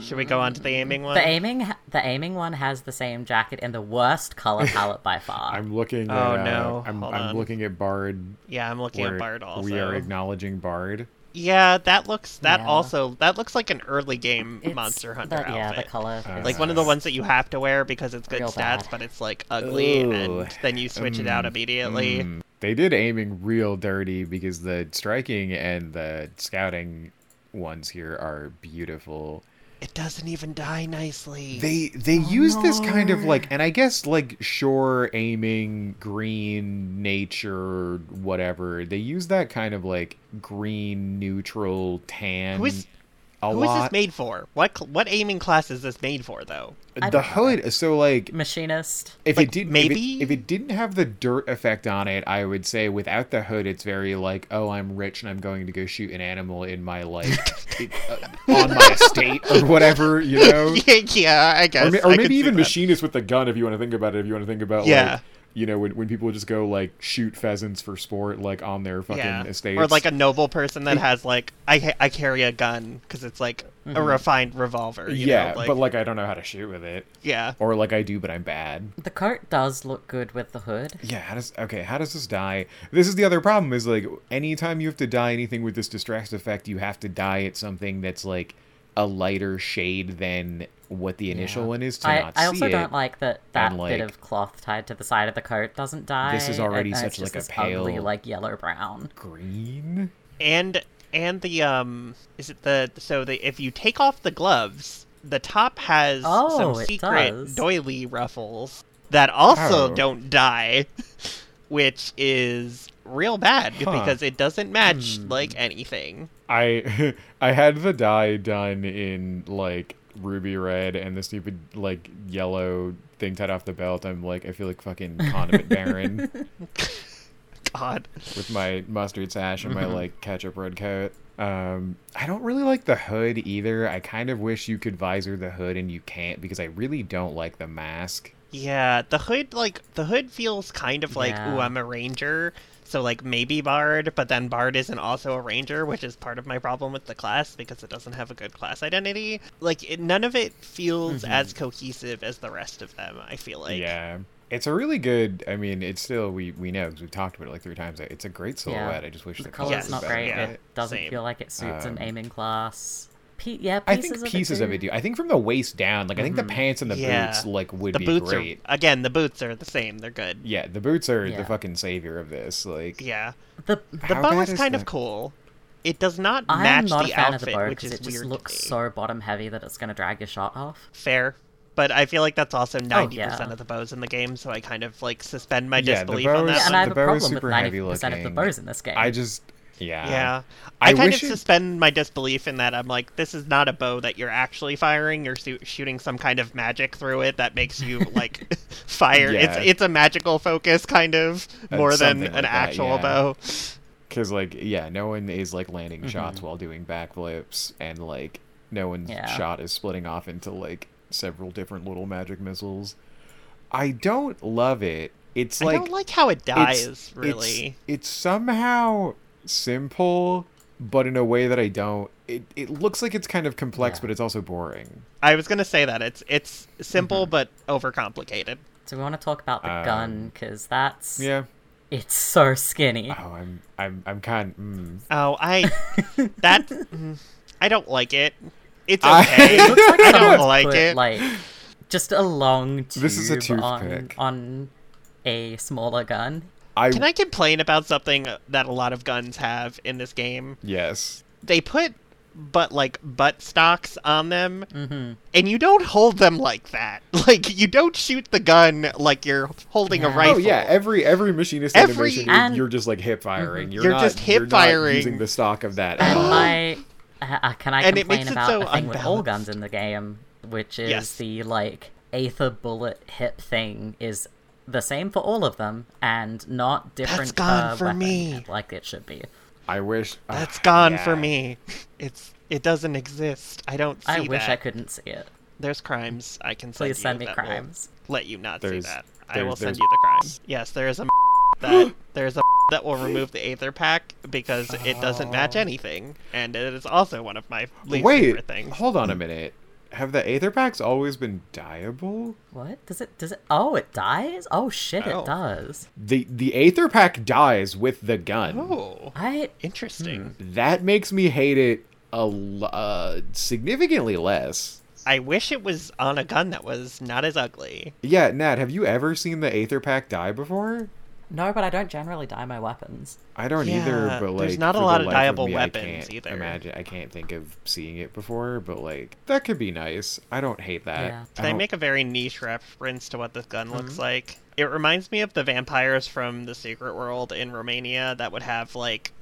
Should we go on to the aiming one? the aiming, ha- the aiming one has the same jacket in the worst color palette by far. I'm looking. Oh, at, uh, no. I'm, Hold I'm on. looking at Bard. yeah, I'm looking at We're- Bard also. We are acknowledging Bard. Yeah, that looks that Yeah. also that looks like an early game It's Monster Hunter the- outfit. Yeah, the color. Uh, is Like one of the ones that you have to wear because it's good Real stats, bad. but it's like ugly, Ooh. and then you switch it out immediately. Mm. They did aiming real dirty because the striking and the scouting ones here are beautiful. It doesn't even die nicely. They they Oh, use this kind of like and I guess like shore aiming green nature whatever. They use that kind of like green neutral tan Who is- A Who is lot. this made for? What cl- what aiming class is this made for though? I the don't know. hood. So like, Machinist. if Like, it didn't maybe? if it, if it didn't have the dirt effect on it i would say without the hood it's very like oh i'm rich and i'm going to go shoot an animal in my like it- uh, on my estate or whatever you know yeah, I guess. or, ma- or I could maybe see even that. machinist with the gun if you want to think about it if you want to think about Yeah. like you know when, when people just go like shoot pheasants for sport like on their fucking Yeah, estates or like a noble person that has like I ha- I carry a gun because it's like Mm-hmm. a refined revolver. you know, yeah like- but like i don't know how to shoot with it yeah. or like i do but i'm bad The coat does look good with the hood. Yeah, how does okay, how does this die? This is the other problem is like anytime you have to dye anything with this distress effect, you have to dye it something that's like a lighter shade than what the initial Yeah. one is to I, not I see also it. don't like that that and, bit like- of cloth tied to the side of the coat doesn't die. This is already and- and such, it's just like, a this ugly, pale- like yellow brown. green. and and the um is it the so the if you take off the gloves the top has Oh, some it secret does. doily ruffles that also Oh. don't die which is real bad Huh. because it doesn't match Hmm. like anything I I had the dye done in like ruby red and the stupid like yellow thing tied off the belt. I'm like I feel like fucking condiment baron god with my mustard sash and my like ketchup red coat. Um, I don't really like the hood either. I kind of wish you could visor the hood and you can't because I really don't like the mask. yeah the hood like the hood feels kind of like Yeah. ooh i'm a ranger so like maybe bard but then bard isn't also a ranger which is part of my problem with the class because it doesn't have a good class identity like it, none of it feels Mm-hmm. as cohesive as the rest of them i feel like yeah. It's a really good. I mean, it's still we we know because we've talked about it like three times. It's a great silhouette. I just wish the, The color's Yes. was not better. great. Yeah. It doesn't Same. feel like it suits Um, an aiming class. Pe- yeah, I pieces think pieces of it do. do. I think from the waist down, like I think the pants and the Mm-hmm. Yeah. boots, like would the be boots great. are again the boots are the same they're good yeah, Yeah, the boots are Yeah. the fucking savior of this. Like, The the How bow bad is is kind of the- cool it does not I am match not the a fan outfit of the bow which because is it just weird looks to me. so bottom heavy that it's going to drag your shot off. fair but i feel like that's also 90% Oh, yeah. of the bows in the game so i kind of like suspend my Yeah, the disbelief bows- on that Yeah, and Yeah, one. I have a the bow is problem with 90% super of the heavy-looking. bows in this game. I just, yeah, Yeah. I, Um, I kind of wish it- suspend my disbelief in that. I'm like, this is not a bow that you're actually firing. You're su- shooting some kind of magic through it that makes you like fire. It's Yeah. it's a magical focus kind of Uh, more than something an like that, actual yeah. bow. Because, like, yeah, no one is, like, landing Mm-hmm. shots while doing backflips, and, like, no one's Yeah. shot is splitting off into, like, several different little magic missiles. I don't love it. It's I like. don't like how it it's- dies. it's- really, It's, somehow simple, but in a way that I don't. It, it looks like it's kind of complex, Yeah. but it's also boring. I was gonna say that it's it's Mm-hmm. simple but overcomplicated. Do we want to talk about the Um, gun? Because that's. Yeah. It's so skinny. Oh, I'm, I'm, I'm kind of. Mm. Oh, I that mm, I don't like it. It's I- okay. It looks like I Someone's don't like put, it. Like, just a long tube This is a on, toothpick. on a smaller gun. I, Can I complain about something that a lot of guns have in this game? Yes. They put but like butt stocks on them, Mm-hmm. and you don't hold them like that. Like you don't shoot the gun like you're holding a Yeah. Oh, rifle. Oh yeah, every every machinist Every- Mhm. animation, you're, And- you're just like hip firing. You're, You're not, just hip you're not firing. using the stock of that. at And all. my, uh, uh, can I And it complain makes it about so the thing with all unbalanced. guns in the game, which is Yes. the like aether bullet hip thing is the same for all of them and not different. gone uh, for weapon, me. Like it should be. I wish That's ah, gone for yeah. me. It's it doesn't exist. I don't see I wish that. I couldn't see it. There's crimes I can send Please you send me that will crimes. Let you not see There's- that. I there's- will send there's- you the crimes. Yes, there is a that there's a that will remove the aether pack because it doesn't Oh. match anything, and it is also one of my least Wait, favorite things. hold on a minute. Have the aether packs always been diable? What does it? Does it? Oh, it dies. Oh shit, Oh. it does. The the aether pack dies with the gun. Oh, I Hmm. interesting. That makes me hate it a l- uh, significantly less. I wish it was on a gun that was not as ugly. Yeah, Nat, have you ever seen the aether pack die before? no, but I don't generally die my weapons. I don't Yeah, either, but like there's not a for the lot of life viable me, weapons I can't either. Imagine I can't think of seeing it before, but like that could be nice. I don't hate that. Yeah. I They don't- make a very niche reference to what this gun Mm-hmm. looks like. It reminds me of the vampires from the Secret World in Romania that would have like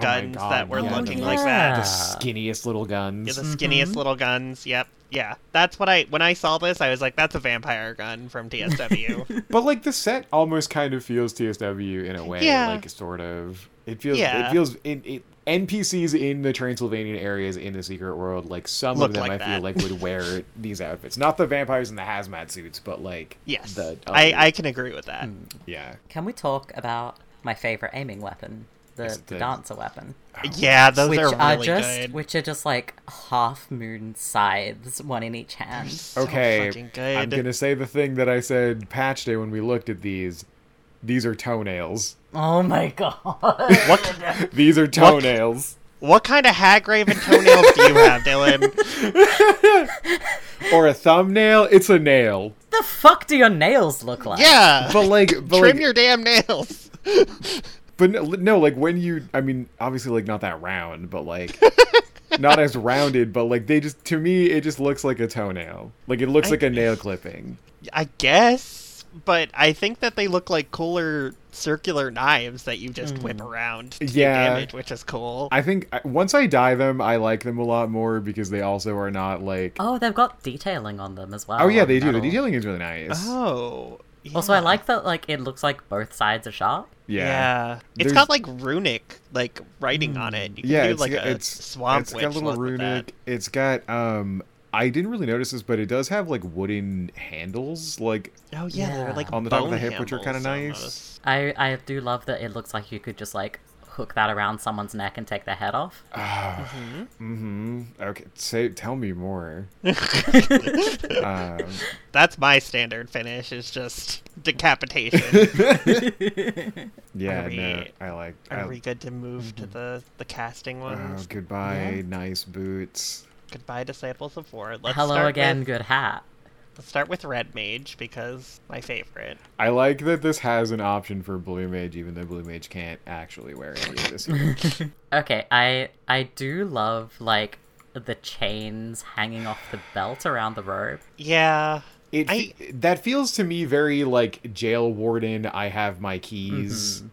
my guns God, that were yeah, looking the- like Oh, Yeah. Mm-hmm. that. The skinniest little guns. Yeah, the skinniest little guns. Yep. Yeah. That's what I when I saw this, I was like, that's a vampire gun from TSW. But like the set almost kind of feels TSW in a way, Yeah. like sort of. It feels Yeah. it feels in it, NPCs in the Transylvanian areas in the secret world, like some Look of them like I that. feel like would wear these outfits. Not the vampires in the hazmat suits, but like yes. the oh, Hmm. I, other- I can agree with that. yeah. Can we talk about my favorite aiming weapon, the, Is it the the- dancer weapon, Uh, Yeah, those which are are, really just good. which are just like half moon scythes, one in each hand. So Okay. fucking good. I'm gonna say the thing that I said patch day when we looked at these. These are toenails. Oh my god! What These are toenails. what kind of hag raven toenails do you have, Dylan? Or a thumbnail, it's a nail. the fuck do your nails look like? Yeah. But like but Trim like, your damn nails. But no, no, like when you, I mean, obviously, like not that round, but like not as rounded, but like they just, to me, it just looks like a toenail. Like it looks like a nail clipping. I guess, but I think that they look like cooler circular knives that you just whip Mm. around to do Yeah. damage, which is cool. I think I- once I dye them, I like them a lot more because they also are not like. Uh, Oh, Oh, they've got detailing on them as well. yeah, on they do. The metal. detailing is really nice. oh. Also, I yeah. like that. Like, it looks like both sides are sharp. yeah. It's There's- got like runic like writing on it. You can Yeah, do it's, like got- a it's swamp it's witch got a little look with that. runic. It's got um. I didn't really notice this, but it does have like wooden handles, like Oh yeah, they're Yeah. like On the top of bone the hip, which are kinda handles nice. almost. I I do love that. It looks like you could just like hook that around someone's neck and take their head off. mm-hmm. Okay, say tell me more. um, That's my standard finish. Is just decapitation. Yeah, Are no, we- I like. I, are we good to move to the the casting oh, ones? goodbye, nice boots. Goodbye, disciples of war. Let's Hello start again, With, good hat. let's start with red mage because my favorite. I like that this has an option for blue mage, even though blue mage can't actually wear any of this. here. Okay, I I do love like the chains hanging off the belt around the robe. Yeah. it I- that feels to me very like jail warden. I have my keys, Mm-hmm.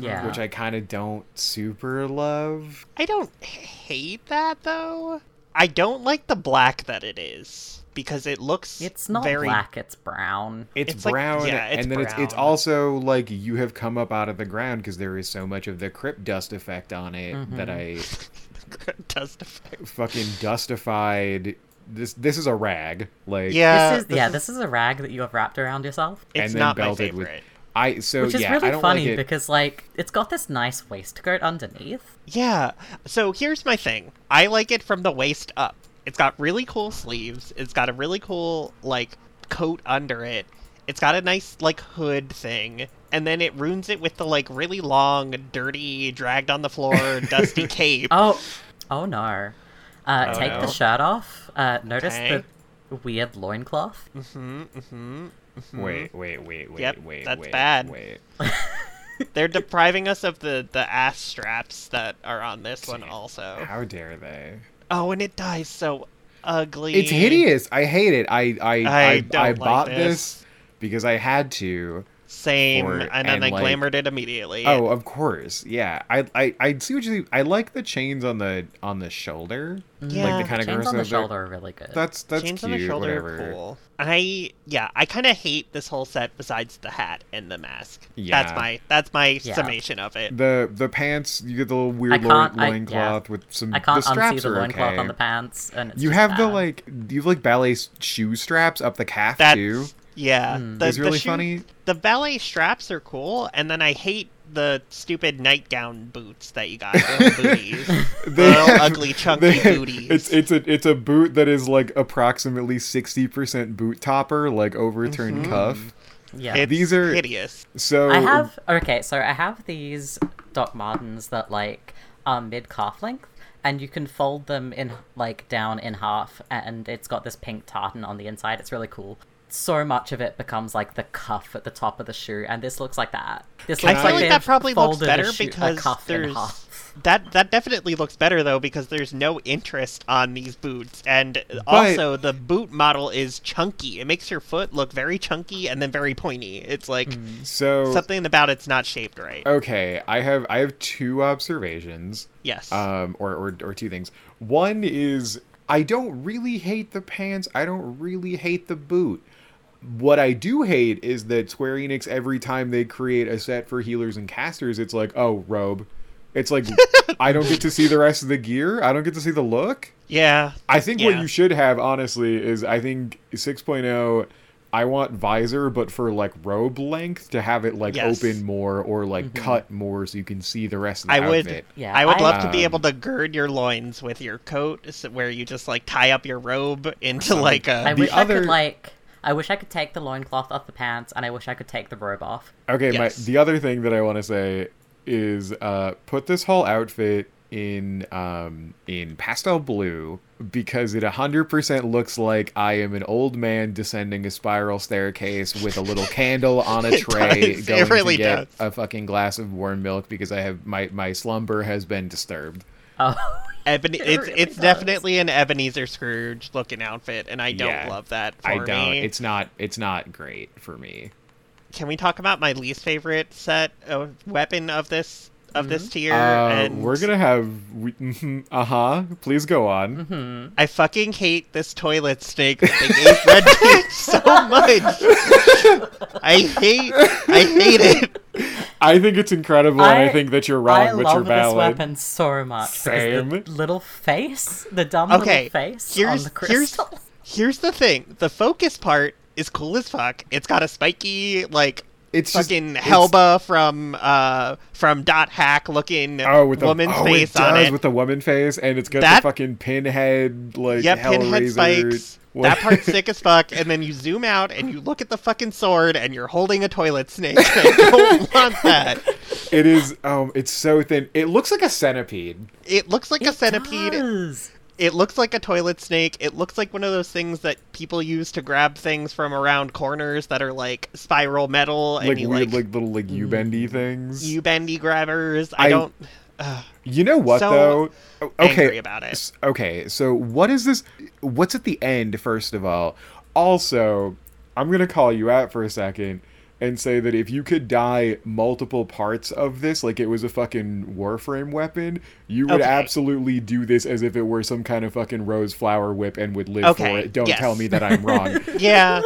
Yeah, Mm-hmm, which I kind of don't super love. I don't h- hate that though. I don't like the black that it is because it looks it's not very black, it's brown. It's, It's like- brown, yeah, it's and then it's it's brown. also like you have come up out of the ground because there is so much of the crypt dust effect on it that I Mm-hmm. dust effect. fucking dustified. This this is a rag, like Yeah, this is yeah, this is a rag that you have wrapped around yourself. It's and then not my belted with. favorite. I so Which is yeah, I really don't funny like it. because like it's got this nice waistcoat underneath. Yeah. So here's my thing. I like it from the waist up. It's got really cool sleeves. It's got a really cool like coat under it. It's got a nice like hood thing. And then it ruins it with the like really long, dirty, dragged on the floor, dusty cape. Um, Oh, oh no. Uh, Oh, take no. the shirt off. Uh, notice Okay. the weird loincloth. Wait, wait, wait, wait, Yep, wait. that's wait, bad. Wait. They're depriving us of the the ass straps that are on this one also. How dare they? Oh, and it dies so ugly. It's hideous. I hate it. I I I I, don't like bought this. this. because I had to. Same, Or- and then and, I like- glamored it immediately. Oh, of course. Yeah. I I I see what you. I like the chains on the on the shoulder. Yeah. Like the kind of Chains gross on the of the- shoulder are really good. That's that's Chains cute. on the shoulder whatever. are cool. I yeah, I kind of hate this whole set besides the hat and the mask. Yeah. That's my that's my Yeah. summation of it. The the pants. You get the little I weird loin can't- I- loincloth yeah. with some. I can't the straps unsee the are loincloth okay. on the pants, and it's You just have the bad. like. You have like ballet s- shoe straps up the calf That's too. yeah. The, It's the really shoe- funny. The ballet straps are cool, and then I hate the stupid nightgown boots that you got. Little booties. They little have- ugly chunky They- booties. It's it's a it's a boot that is like approximately sixty percent boot topper, like overturned cuff. yeah. It's these are- hideous. So Mm-hmm. I have okay, so I have these Doc Martens that like are mid calf length, and you can fold them in like down in half, and it's got this pink tartan on the inside. It's really cool. So much of it becomes like the cuff at the top of the shoe, and this looks like that. This Can looks like I- I feel like they've that probably looks folded a better shoe- a because cuff in there's- half. That that definitely looks better though because there's no interest on these boots, and also the boot model is chunky. It makes your foot look very chunky and then very pointy. It's like Hmm. So something about it's not shaped right. okay, I have I have two observations. yes. um, or, or or two things. One is I don't really hate the pants. I don't really hate the boot. What I do hate is that Square Enix every time they create a set for healers and casters, it's like, oh, robe. It's like I don't get to see the rest of the gear. I don't get to see the look. yeah. I think what Yeah. you should have, honestly, is I think 6.0, I want visor, but for like robe length to have it like Yes. Mm-hmm. open more or like cut more so you can see the rest of the I outfit. would, Yeah, I would I- love to be Um, able to gird your loins with your coat, so where you just like tie up your robe into like a. I The wish I other- could like I wish I could take the loincloth off the pants and I wish I could take the robe off. Okay, Yes. my, the other thing that I want to say is uh, put this whole outfit in um, in pastel blue because it 100% looks like I am an old man descending a spiral staircase with a little candle on a It tray does. It going really to get does. a fucking glass of warm milk because I have my, my slumber has been disturbed. Oh, Ebony, It it's really it's does. definitely an Ebenezer Scrooge looking outfit, and I don't Yeah. love that for I don't me. it's not it's not great for me. Can we talk about my least favorite set of weapon of this of this tier? Uh, Er, and Mm-hmm. we're going to have we, uh-huh, please go on. I fucking hate this toilet snake that they gave Red Dead so much. I hate I hate it. I think it's incredible and I I- think that you're wrong I but you're love this valid. weapon so much. because the Same. little face, the dumb Okay, little face on here's the here's crystal. here's the thing. The focus part is cool as fuck. It's got a spiky like It's just- fucking it's- Helba from uh from Dot Hack looking Oh, with the woman's oh, face it on does, it. with the woman face, and it's got That- the fucking pinhead like Yep, pinhead Hellraiser- spikes. what- That part's sick as fuck. And then you zoom out and you look at the fucking sword and you're holding a toilet snake. I don't want that. it is. Um, it's so thin. It looks like a centipede. It looks like a It centipede. does. It looks like a toilet snake. It looks like one of those things that people use to grab things from around corners that are like spiral metal and Like you weird, like mm. like, little like U bendy things. you bendy grabbers. I, I- don't You know what So though? O- Okay. angry about it. s- Okay. So what is this? What's at the end? First of all, also, I'm gonna call you out for a second and say that if you could dye multiple parts of this, like it was a fucking Warframe weapon, you would Okay. absolutely do this as if it were some kind of fucking rose flower whip and would live for Okay, it. Don't yes. tell me that I'm wrong. Yeah.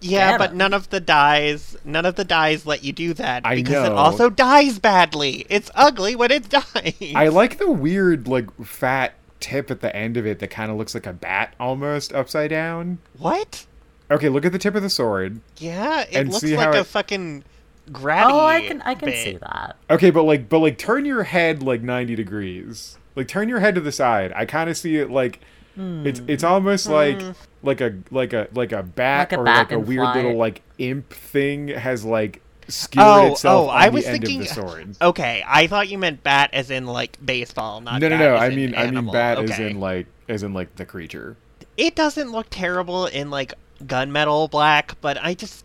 Yeah, Get but 'em. none of the dies, none of the dies let you do that I because it know. also dies badly. It's ugly when it dies. I like the weird like fat tip at the end of it that kind of looks like a bat almost upside down. What? Okay, look at the tip of the sword. Yeah, it And looks see like how a it- fucking grabby. Oh, I can I can bit. see that. Okay, but like, but like, turn your head like ninety degrees. Like, turn your head to the side. I kind of see it like it's it's almost like like a like a like a bat Hmm. Like a bat or like a in weird little flight. like imp thing has like skewered Oh, itself oh, on I the was end thinking. Oh, of the sword. Okay, I thought you meant bat as in like baseball, not no, no, bat no. as I in mean, I mean, animal. bat as Okay. in like as in like the creature. It doesn't look terrible in like gunmetal black, but I just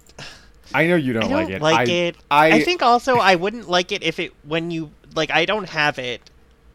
I know you don't, I don't it. like I, it. I, think also I wouldn't like it if it when you like I don't have it,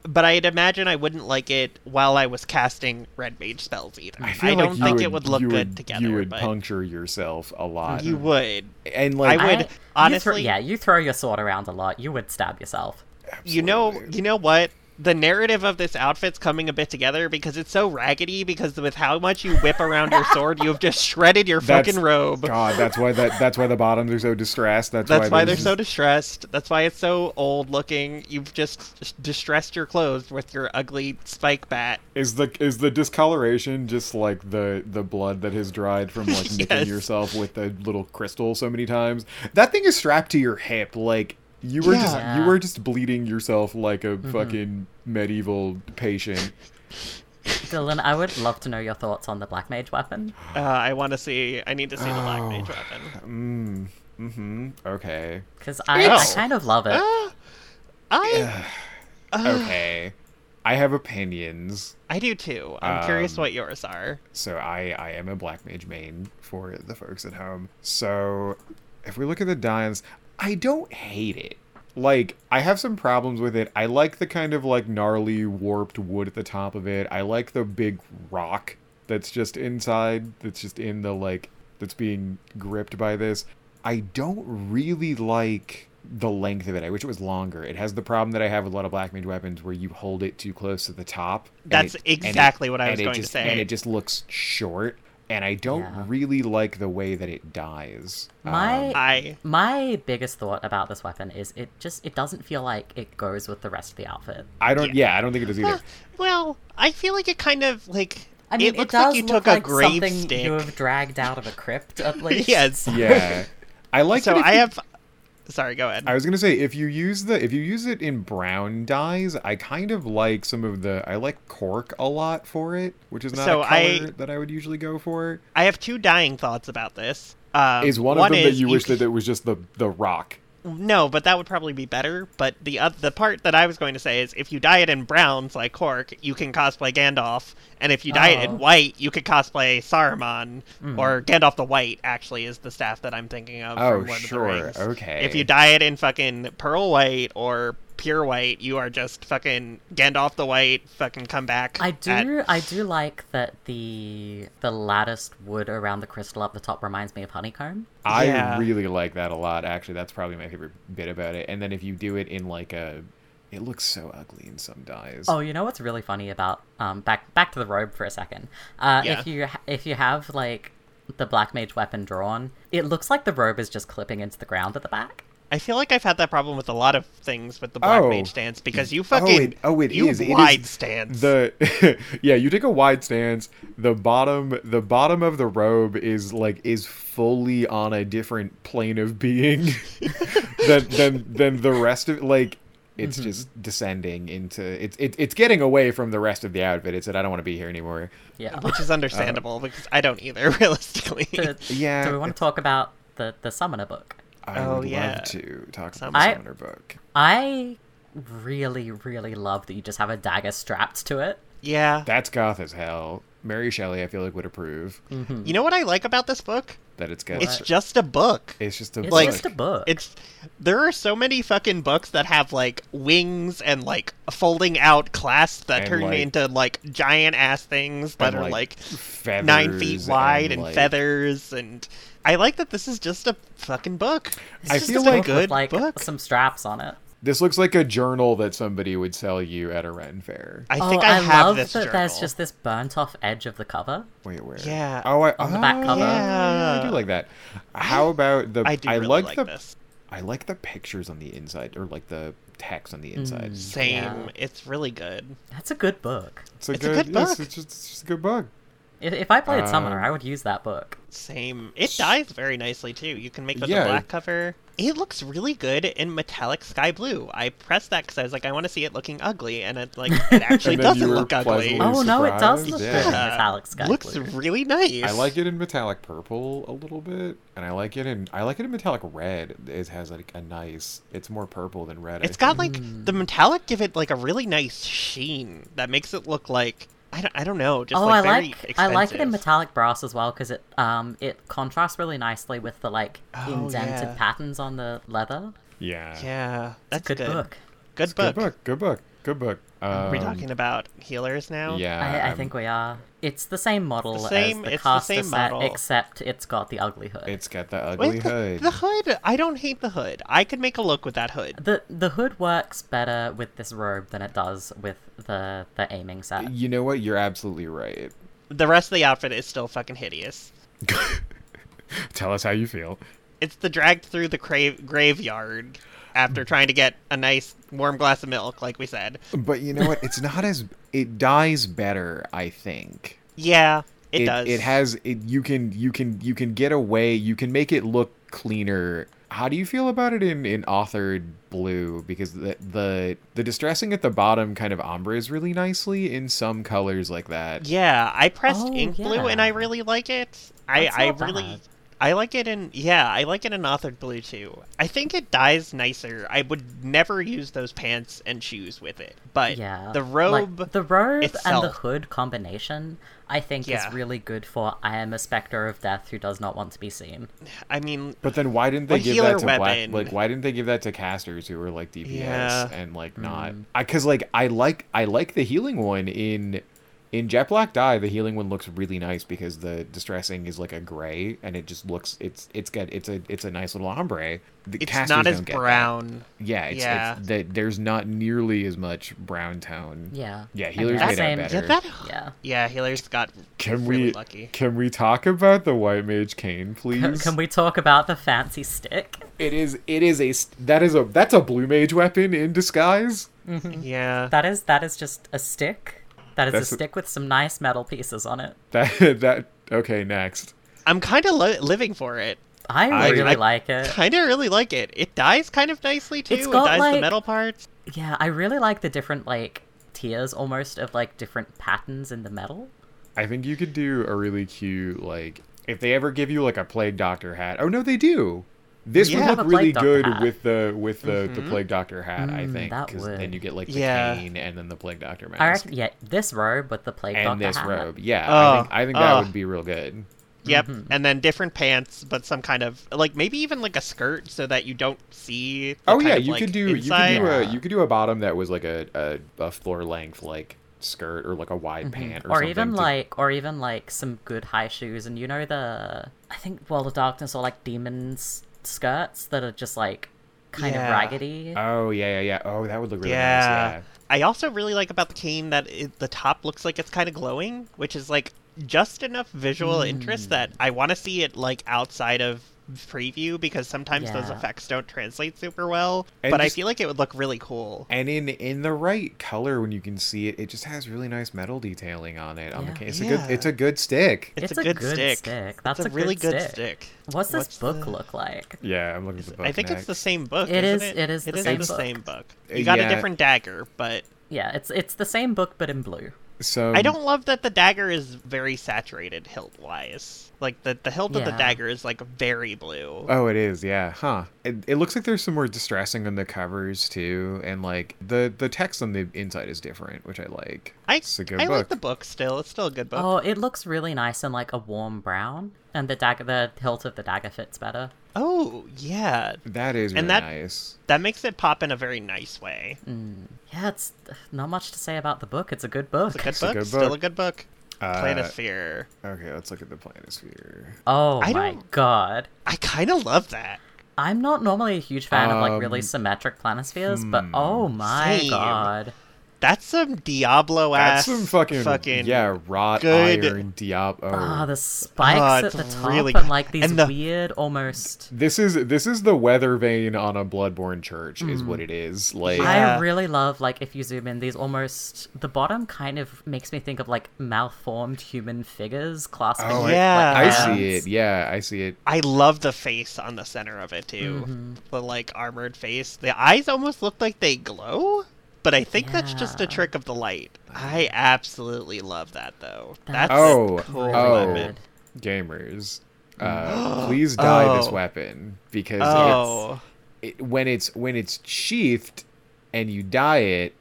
but I'd imagine I wouldn't like it while I was casting red mage spells either. I, feel like don't you think would, it would look you good would- together. You would but puncture yourself a lot. You would. and like I would- you thro- honestly- yeah, you throw your sword around a lot. You would stab yourself. You know. You know what. The narrative of this outfit's coming a bit together because it's so raggedy. Because with how much you whip around your sword, you have just shredded your That's- fucking robe. God, that's why that that's why the bottoms are so distressed. That's, That's why they're there's- so distressed. That's why it's so old looking. You've just distressed your clothes with your ugly spike bat. Is the is the discoloration just like the the blood that has dried from like nicking Yes. yourself with the little crystal so many times? That thing is strapped to your hip, like you were just Yeah. you were just bleeding yourself like a Mm-hmm. fucking medieval patient. Dylan, I would love to know your thoughts on the black mage weapon. Uh, I want to see. I need to see the black Oh. mage weapon. Mm-hmm. Okay. Because I, I It's- kind of love it. Ah. I Okay. I have opinions, I do too. I'm curious Um, what yours are. so I I am a black mage main for the folks at home. So if we look at the dimes, I don't hate it. like I have some problems with it. I like the kind of like gnarly warped wood at the top of it. I like the big rock that's just inside that's just in the like that's being gripped by this. I don't really like the length of it. I wish it was longer. It has the problem that I have with a lot of black mage weapons where you hold it too close to the top. and That's it- and it- exactly what I and was it going to just- say. And it just looks short. And I don't Yeah. really like the way that it dies. Um, My- I My biggest thought about this weapon is it just it doesn't feel like it goes with the rest of the outfit. I don't. Yeah. I don't think it does either. well, I feel like it kind of like I mean, it looks does like you look took like a grave something stick. you have dragged out of a crypt at least. yes. yeah, I like. So that if I you- have. Sorry, go ahead. I was gonna say if you use the if you use it in brown dyes, I kind of like some of the I like cork a lot for it, which is not So a color I- that I would usually go for. I have two dying thoughts about this. Um, Is one, of them that is you, wish c- that it was just the the rock? No, but that would probably be better. But the oth- the part that I was going to say is, if you dye it in browns like Cork, you can cosplay Gandalf, and if you dye it Oh. in white, you could cosplay Saruman or Gandalf the White. Actually, is the staff that I'm thinking of. Oh, from Lord sure. Of the Rings. Okay. If you dye it in fucking pearl white or pure white, you are just fucking Gandalf the White. Fucking come back. I at- do I do like that the the latticed wood around the crystal up the top reminds me of honeycomb. I Yeah. really like that a lot. Actually, that's probably my favorite bit about it. And then if you do it in like a, it looks so ugly in some dyes. Oh, you know what's really funny about um back back to the robe for a second. Uh, Yeah. if you ha- if you have like the black mage weapon drawn, it looks like the robe is just clipping into the ground at the back. I feel like I've had that problem with a lot of things with the black Oh. mage stance because you Oh, fucking it- oh, it you is. It is wide stance. the yeah you take a wide stance the bottom the bottom of the robe is like is fully on a different plane of being than than than the rest of like it's Mm-hmm. just descending into it's it, it's getting away from the rest of the outfit it said i don't want to be here anymore Yeah. which Uh. is understandable because I don't either realistically. Do- Yeah, Do we want to talk about the the summoner book? i Oh, would yeah. love to talk about Some- the I- summoner book I really really love that you just have a dagger strapped to it. yeah. that's goth as hell mary shelley i feel like would approve Hmm. You know what I like about this book? that it's got It's just a book. it's just a It's Like- just a book. It's there are so many fucking books that have like wings and like folding out clasps that And, turn like- me into like giant ass things that and, are like feathers nine feet and, wide and, like- feathers and I like that this is just a fucking book. It's I just feel a like- book with, Good like book. some straps on it. This looks like a journal that somebody would sell you at a Ren fair. I oh, think I, have love this that there's journal. just this burnt off edge of the cover. Wait, where? Yeah. Oh, I, On the back oh, cover. yeah, I Yeah. do like that. How about the? I do really like, like the. this. I like the pictures on the inside, or like the text on the Mm. inside. Same. Yeah. It's really good. That's a good book. a It's a good yes, book. it's, just, it's just a good book. If, if I played Summoner, Um, I would use that book. Same. It dies very nicely too. You can make that Yeah. the black cover. It looks really good in metallic sky blue. I pressed that because I was like, I want to see it looking ugly, and it like it actually And then you doesn't were look ugly. pleasantly Oh no, it does surprised? look Yeah. good in Yeah. metallic sky looks blue. really nice. I like it in metallic purple a little bit, and I like it in I like it in metallic red. It has like a nice. It's more purple than red. I It's got like the metallic give it like a really nice sheen that makes it look like I don't, I don't know. Just Oh, like I very like I like it in expensive. metallic brass as well because it um it contrasts really nicely with the like Oh, indented yeah. patterns on the leather. think. yeah. Yeah, that's Good, book. Good Good book. book. Good book. Good book. Um, Are we talking about healers now? Yeah. um, I, I I'm- think we are. It's the same model Um, the same- as the it's the caster same set, model. except it's got the ugly hood. It's got the Wait, ugly the, hood. the hood. I don't hate the hood. I could make a look with that hood. The the hood works better with this robe than it does with the the aiming set. You know what? You're absolutely right. The rest of the outfit is still fucking hideous. Tell us how you feel. It's the dragged through the cra- graveyard after Mm. trying to get a nice warm glass of milk, like we said. But you know what? It's not as it dies better, I think. Yeah, it, does. It has it you can you can you can get away, you can make it look cleaner. How do you feel about it in in authored blue because the the the distressing at the bottom kind of ombres really nicely in some colors like that. Yeah, I pressed Oh, ink blue and yeah. I really like it. I That's I not really bad. I like it in yeah, I like it in authored blue too. I think it dies nicer. I would never use those pants and shoes with it. But Yeah. the Like, robe the robe and the itself. hood combination, I think, Yeah. is really good for I am a specter of death who does not want to be seen. I mean But then why didn't they Like, give healer that to black? weapon. Like why didn't they give that to casters who were like DPS Yeah. and like Mm-hmm. not? I Because like I like I like the healing one in in Jet Black Die. The healing one looks really nice because the distressing is like a gray and it just looks it's it's got it's a it's a nice little ombre. The it's casters not as don't get that. brown. Yeah, it's, Yeah. it's the, there's not nearly as much brown tone. Yeah. Yeah, And healers the made out same- better. Yeah, that Yeah. yeah, Hilaire's got Can really we lucky. can we talk about the white mage cane, please? Can, can we talk about the fancy stick? It is it is a st- that is a that's a blue mage weapon in disguise. Yeah. Hmm. That is that is just a stick. That is That's a- a stick with some nice metal pieces on it. That that okay next. I'm kind of lo- living for it. I I- really I- like it. Kind of really like it. It dies kind of nicely too. It's it got, dies the like- metal parts. Yeah, I really like the different like tiers almost of like different patterns in the metal. I think you could do a really cute like if they ever give you like a plague doctor hat. Oh no, they do. This Yeah. would Have look a plague really doctor good hat. Mm, with the with the, the Mm-hmm. plague doctor hat. I think that because would. then you get like the Yeah. cane and then the plague doctor mask I reckon yeah, this robe with the plague and doctor this hat. robe. Yeah, I Oh, think I think that oh. would be real good. Yep, Mm-hmm. and then different pants, but some kind of like maybe even like a skirt, so that you don't see. the Oh kind yeah, of, you like, could do inside. you could do a Yeah. you could do a bottom that was like a a, a floor length like skirt or like a wide pant or, Mm-hmm. Or something even to- like or even like some good high shoes and you know the I think World of Darkness or like demons skirts that are just like kind of Yeah. raggedy. Uh, Oh yeah, yeah, yeah. Oh, that would look really yeah. nice. Yeah. I also really like about the cane that it, the top looks like it's kind of glowing, which is like just enough visual Mm. interest that I want to see it like outside of preview because sometimes those Yeah. effects don't translate super well. And but I just- feel like it would look really cool. And in in the right color when you can see it, it just has really nice metal detailing on it. On the Yeah. cane. It's a good Yeah. it's a good stick. It's, a, good, stick. That's it's a, a, really good stick. What's this book the- look like? Yeah, I'm looking at the book. I think it's the next. same book. It isn't is- it is the is same book. same book. Uh, You got yeah. a different dagger, but Yeah, it's it's the same book but in blue. so I don't love that the dagger is very saturated hilt wise. Like the the hilt of the Yeah. dagger is like very blue. Oh, it is, yeah, huh? It, it looks like there's some more distressing on the covers too, and like the the text on the inside is different, which I like. I it's a good I book. like the book still. It's still a good book. Oh, it looks really nice in like a warm brown, and the dagger, the hilt of the dagger fits better. Oh yeah, that is really and that- nice. that makes it pop in a very nice way. Yeah, it's not much to say about the book. It's a good book. It's a good a book. good Still book. a good book. Uh, Planisphere. Okay, let's look at the planisphere. Oh I my don't- god. I kind of love that. I'm not normally a huge fan of like really Um, symmetric planispheres, but hmm. oh my Same. god. That's some Diablo That's ass. some fucking, Ah, fucking yeah, wrought good- iron Oh. Diablo. Ah, the spikes God, at the it's top really and good. like these And the- weird almost This is this is the weather vane on a bloodborne church is what it is. Like I Yeah. really love like if you zoom in these almost the bottom kind of makes me think of like malformed human figures clasping Oh, like, Yeah. I hands. see it. Yeah, I see it. I love the face on the center of it too. Mm-hmm. The like armored face. The eyes almost look like they glow, but I think that's just a Yeah. trick of the light. I absolutely love that though. That's That's Oh, cool oh, weapon. gamers. Uh, please die this Oh. weapon because Oh. it's, it, when it's when it's sheathed and you die it,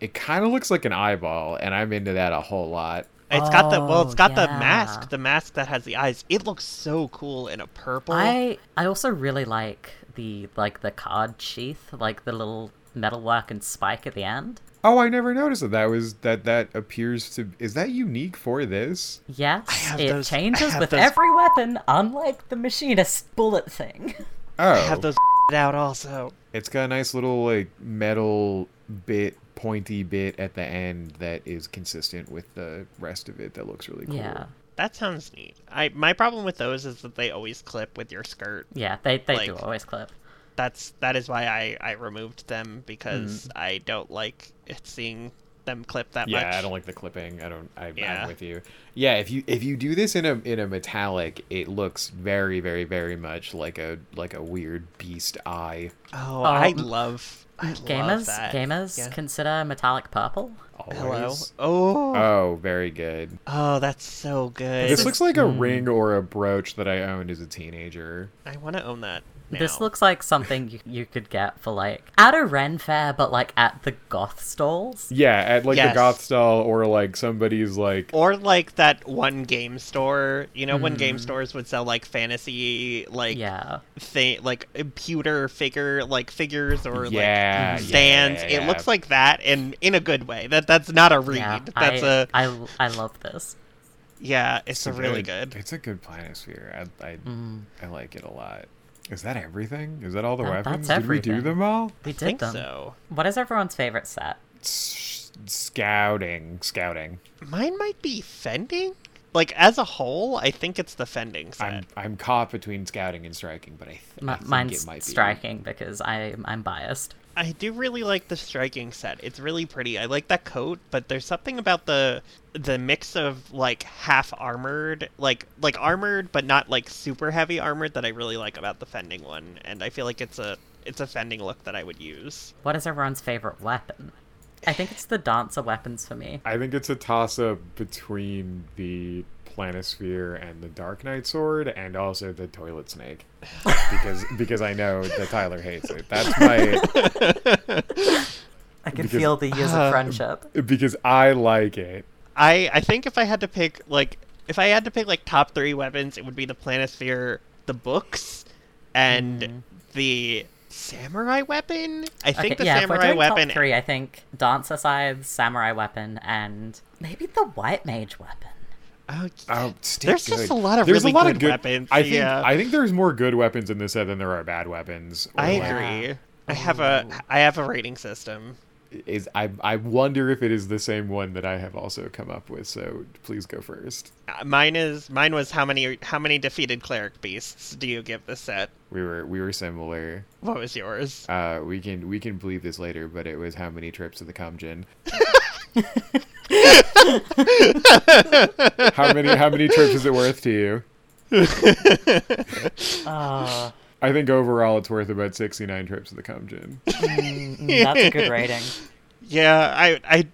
it kind of looks like an eyeball, and I'm into that a whole lot. It's got the well, it's Oh, got the yeah. mask, the mask that has the eyes. It looks so cool in a purple. I I also really like the like the card sheath, like the little metalwork and spike at the end. Oh, I never noticed that. That was that that appears to is that unique for this? Yes, have it those- I changes have with those- every weapon, unlike the machinist bullet thing. Oh, I have those out also. It's got a nice little like metal bit, pointy bit at the end that is consistent with the rest of it. That looks really cool. Yeah, That sounds neat. I my problem with those is that they always clip with your skirt. yeah, they they do Like- always clip. That's that is why I I removed them because I don't like it seeing them clip that Hmm. Yeah, much. I don't like the clipping. I don't. I, I'm Yeah. with you. Yeah, if you if you do this in a in a metallic, it looks very very very much like a like a weird beast eye. Oh, I Um, love I love Gamers, that. gamers, Yeah. consider metallic purple. Hello. Always. Oh. Oh, very good. oh, that's so good. This looks like a Mm. ring or a brooch that I owned as a teenager. I want to own that. This now. looks like something you, you could get for like at a Ren fair, but like at the goth stalls. Yeah, at like Yes. the goth stall or like somebody's like Or like that one game store, you know, when game stores would sell like fantasy, like Hmm. Yeah, thing, like pewter figure, like figures Yeah, or like yeah, stands. yeah, yeah. It looks like that, and in a good way. That that's not a read. yeah. that's I, a I, I love this. yeah. It's a really good. It's a good planosphere. I I, Mm. I like it a lot. Is that everything? Is that all the That- weapons? that's Did we do everything. them all? We I did think them. so. What is everyone's favorite set? S- scouting, scouting. Mine might be fending. Like as a whole, I think it's the fending set. I'm I'm caught between scouting and striking, but I, th- M- I think mine's it might be striking because I I'm biased. I do really like the striking set. It's really pretty. I like that coat, but there's something about the the mix of like half armored, like like armored but not like super heavy armored that I really like about the fending one. And I feel like it's a it's a fending look that I would use. What is everyone's favorite weapon? I think it's the dancer weapons for me. I think it's a toss up between the planisphere and the dark knight sword and also the toilet snake because because I know that Tyler hates it. That's my I can Because- feel the years Um, of friendship. because I like it. I I think if I had to pick like if I had to pick like top three weapons, it would be the planisphere, the books, and Mm-hmm. the samurai weapon. I think the yeah, if we're samurai doing top weapon three. I think dancer scythe, samurai weapon, and maybe the white mage weapon. Oh, Oh, stick There's just good. a lot of There's really a lot good of good weapons, I think yeah. I think there's more good weapons in this set than there are bad weapons. or, I like, agree. I have a I have a rating system. Is I I wonder if it is the same one that I have also come up with. So please go first. Uh, Mine is mine was how many how many defeated cleric beasts do you give the set? We were we were similar. What was yours? Uh, we can we can believe this later, but it was how many trips to the Comgin? how many how many trips is it worth to you? Oh, I think overall it's worth about sixty nine trips to the Comgin. mm, that's a good rating. Yeah, I I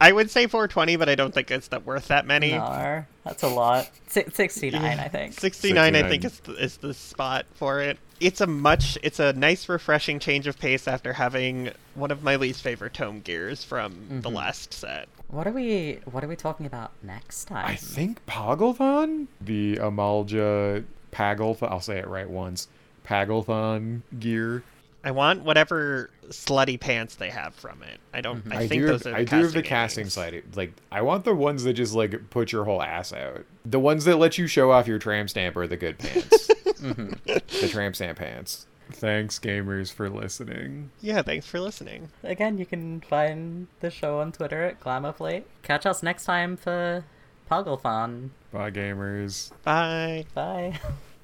I would say 420, but I don't think it's that worth that many. No, that's a lot. Si- 69, I think. 69, I think 69. is the, is the spot for it. It's a much it's a nice refreshing change of pace after having one of my least favorite tome gears from the last set. What are we what are we talking about next time? I think Pogglethon, the Amalja Paglethon. I'll say it right once. Paglethon gear. I want whatever slutty pants they have from it. I don't. I, think do those have, are. I do have the casting ratings. side. Like I want the ones that just like put your whole ass out. The ones that let you show off your tram stamp are the good pants. The tram stamp pants. Thanks, gamers, for listening. Yeah, thanks for listening. Again, you can find the show on Twitter at Glamourplate. Catch us next time for Pogglethon. Bye, gamers. Bye. Bye.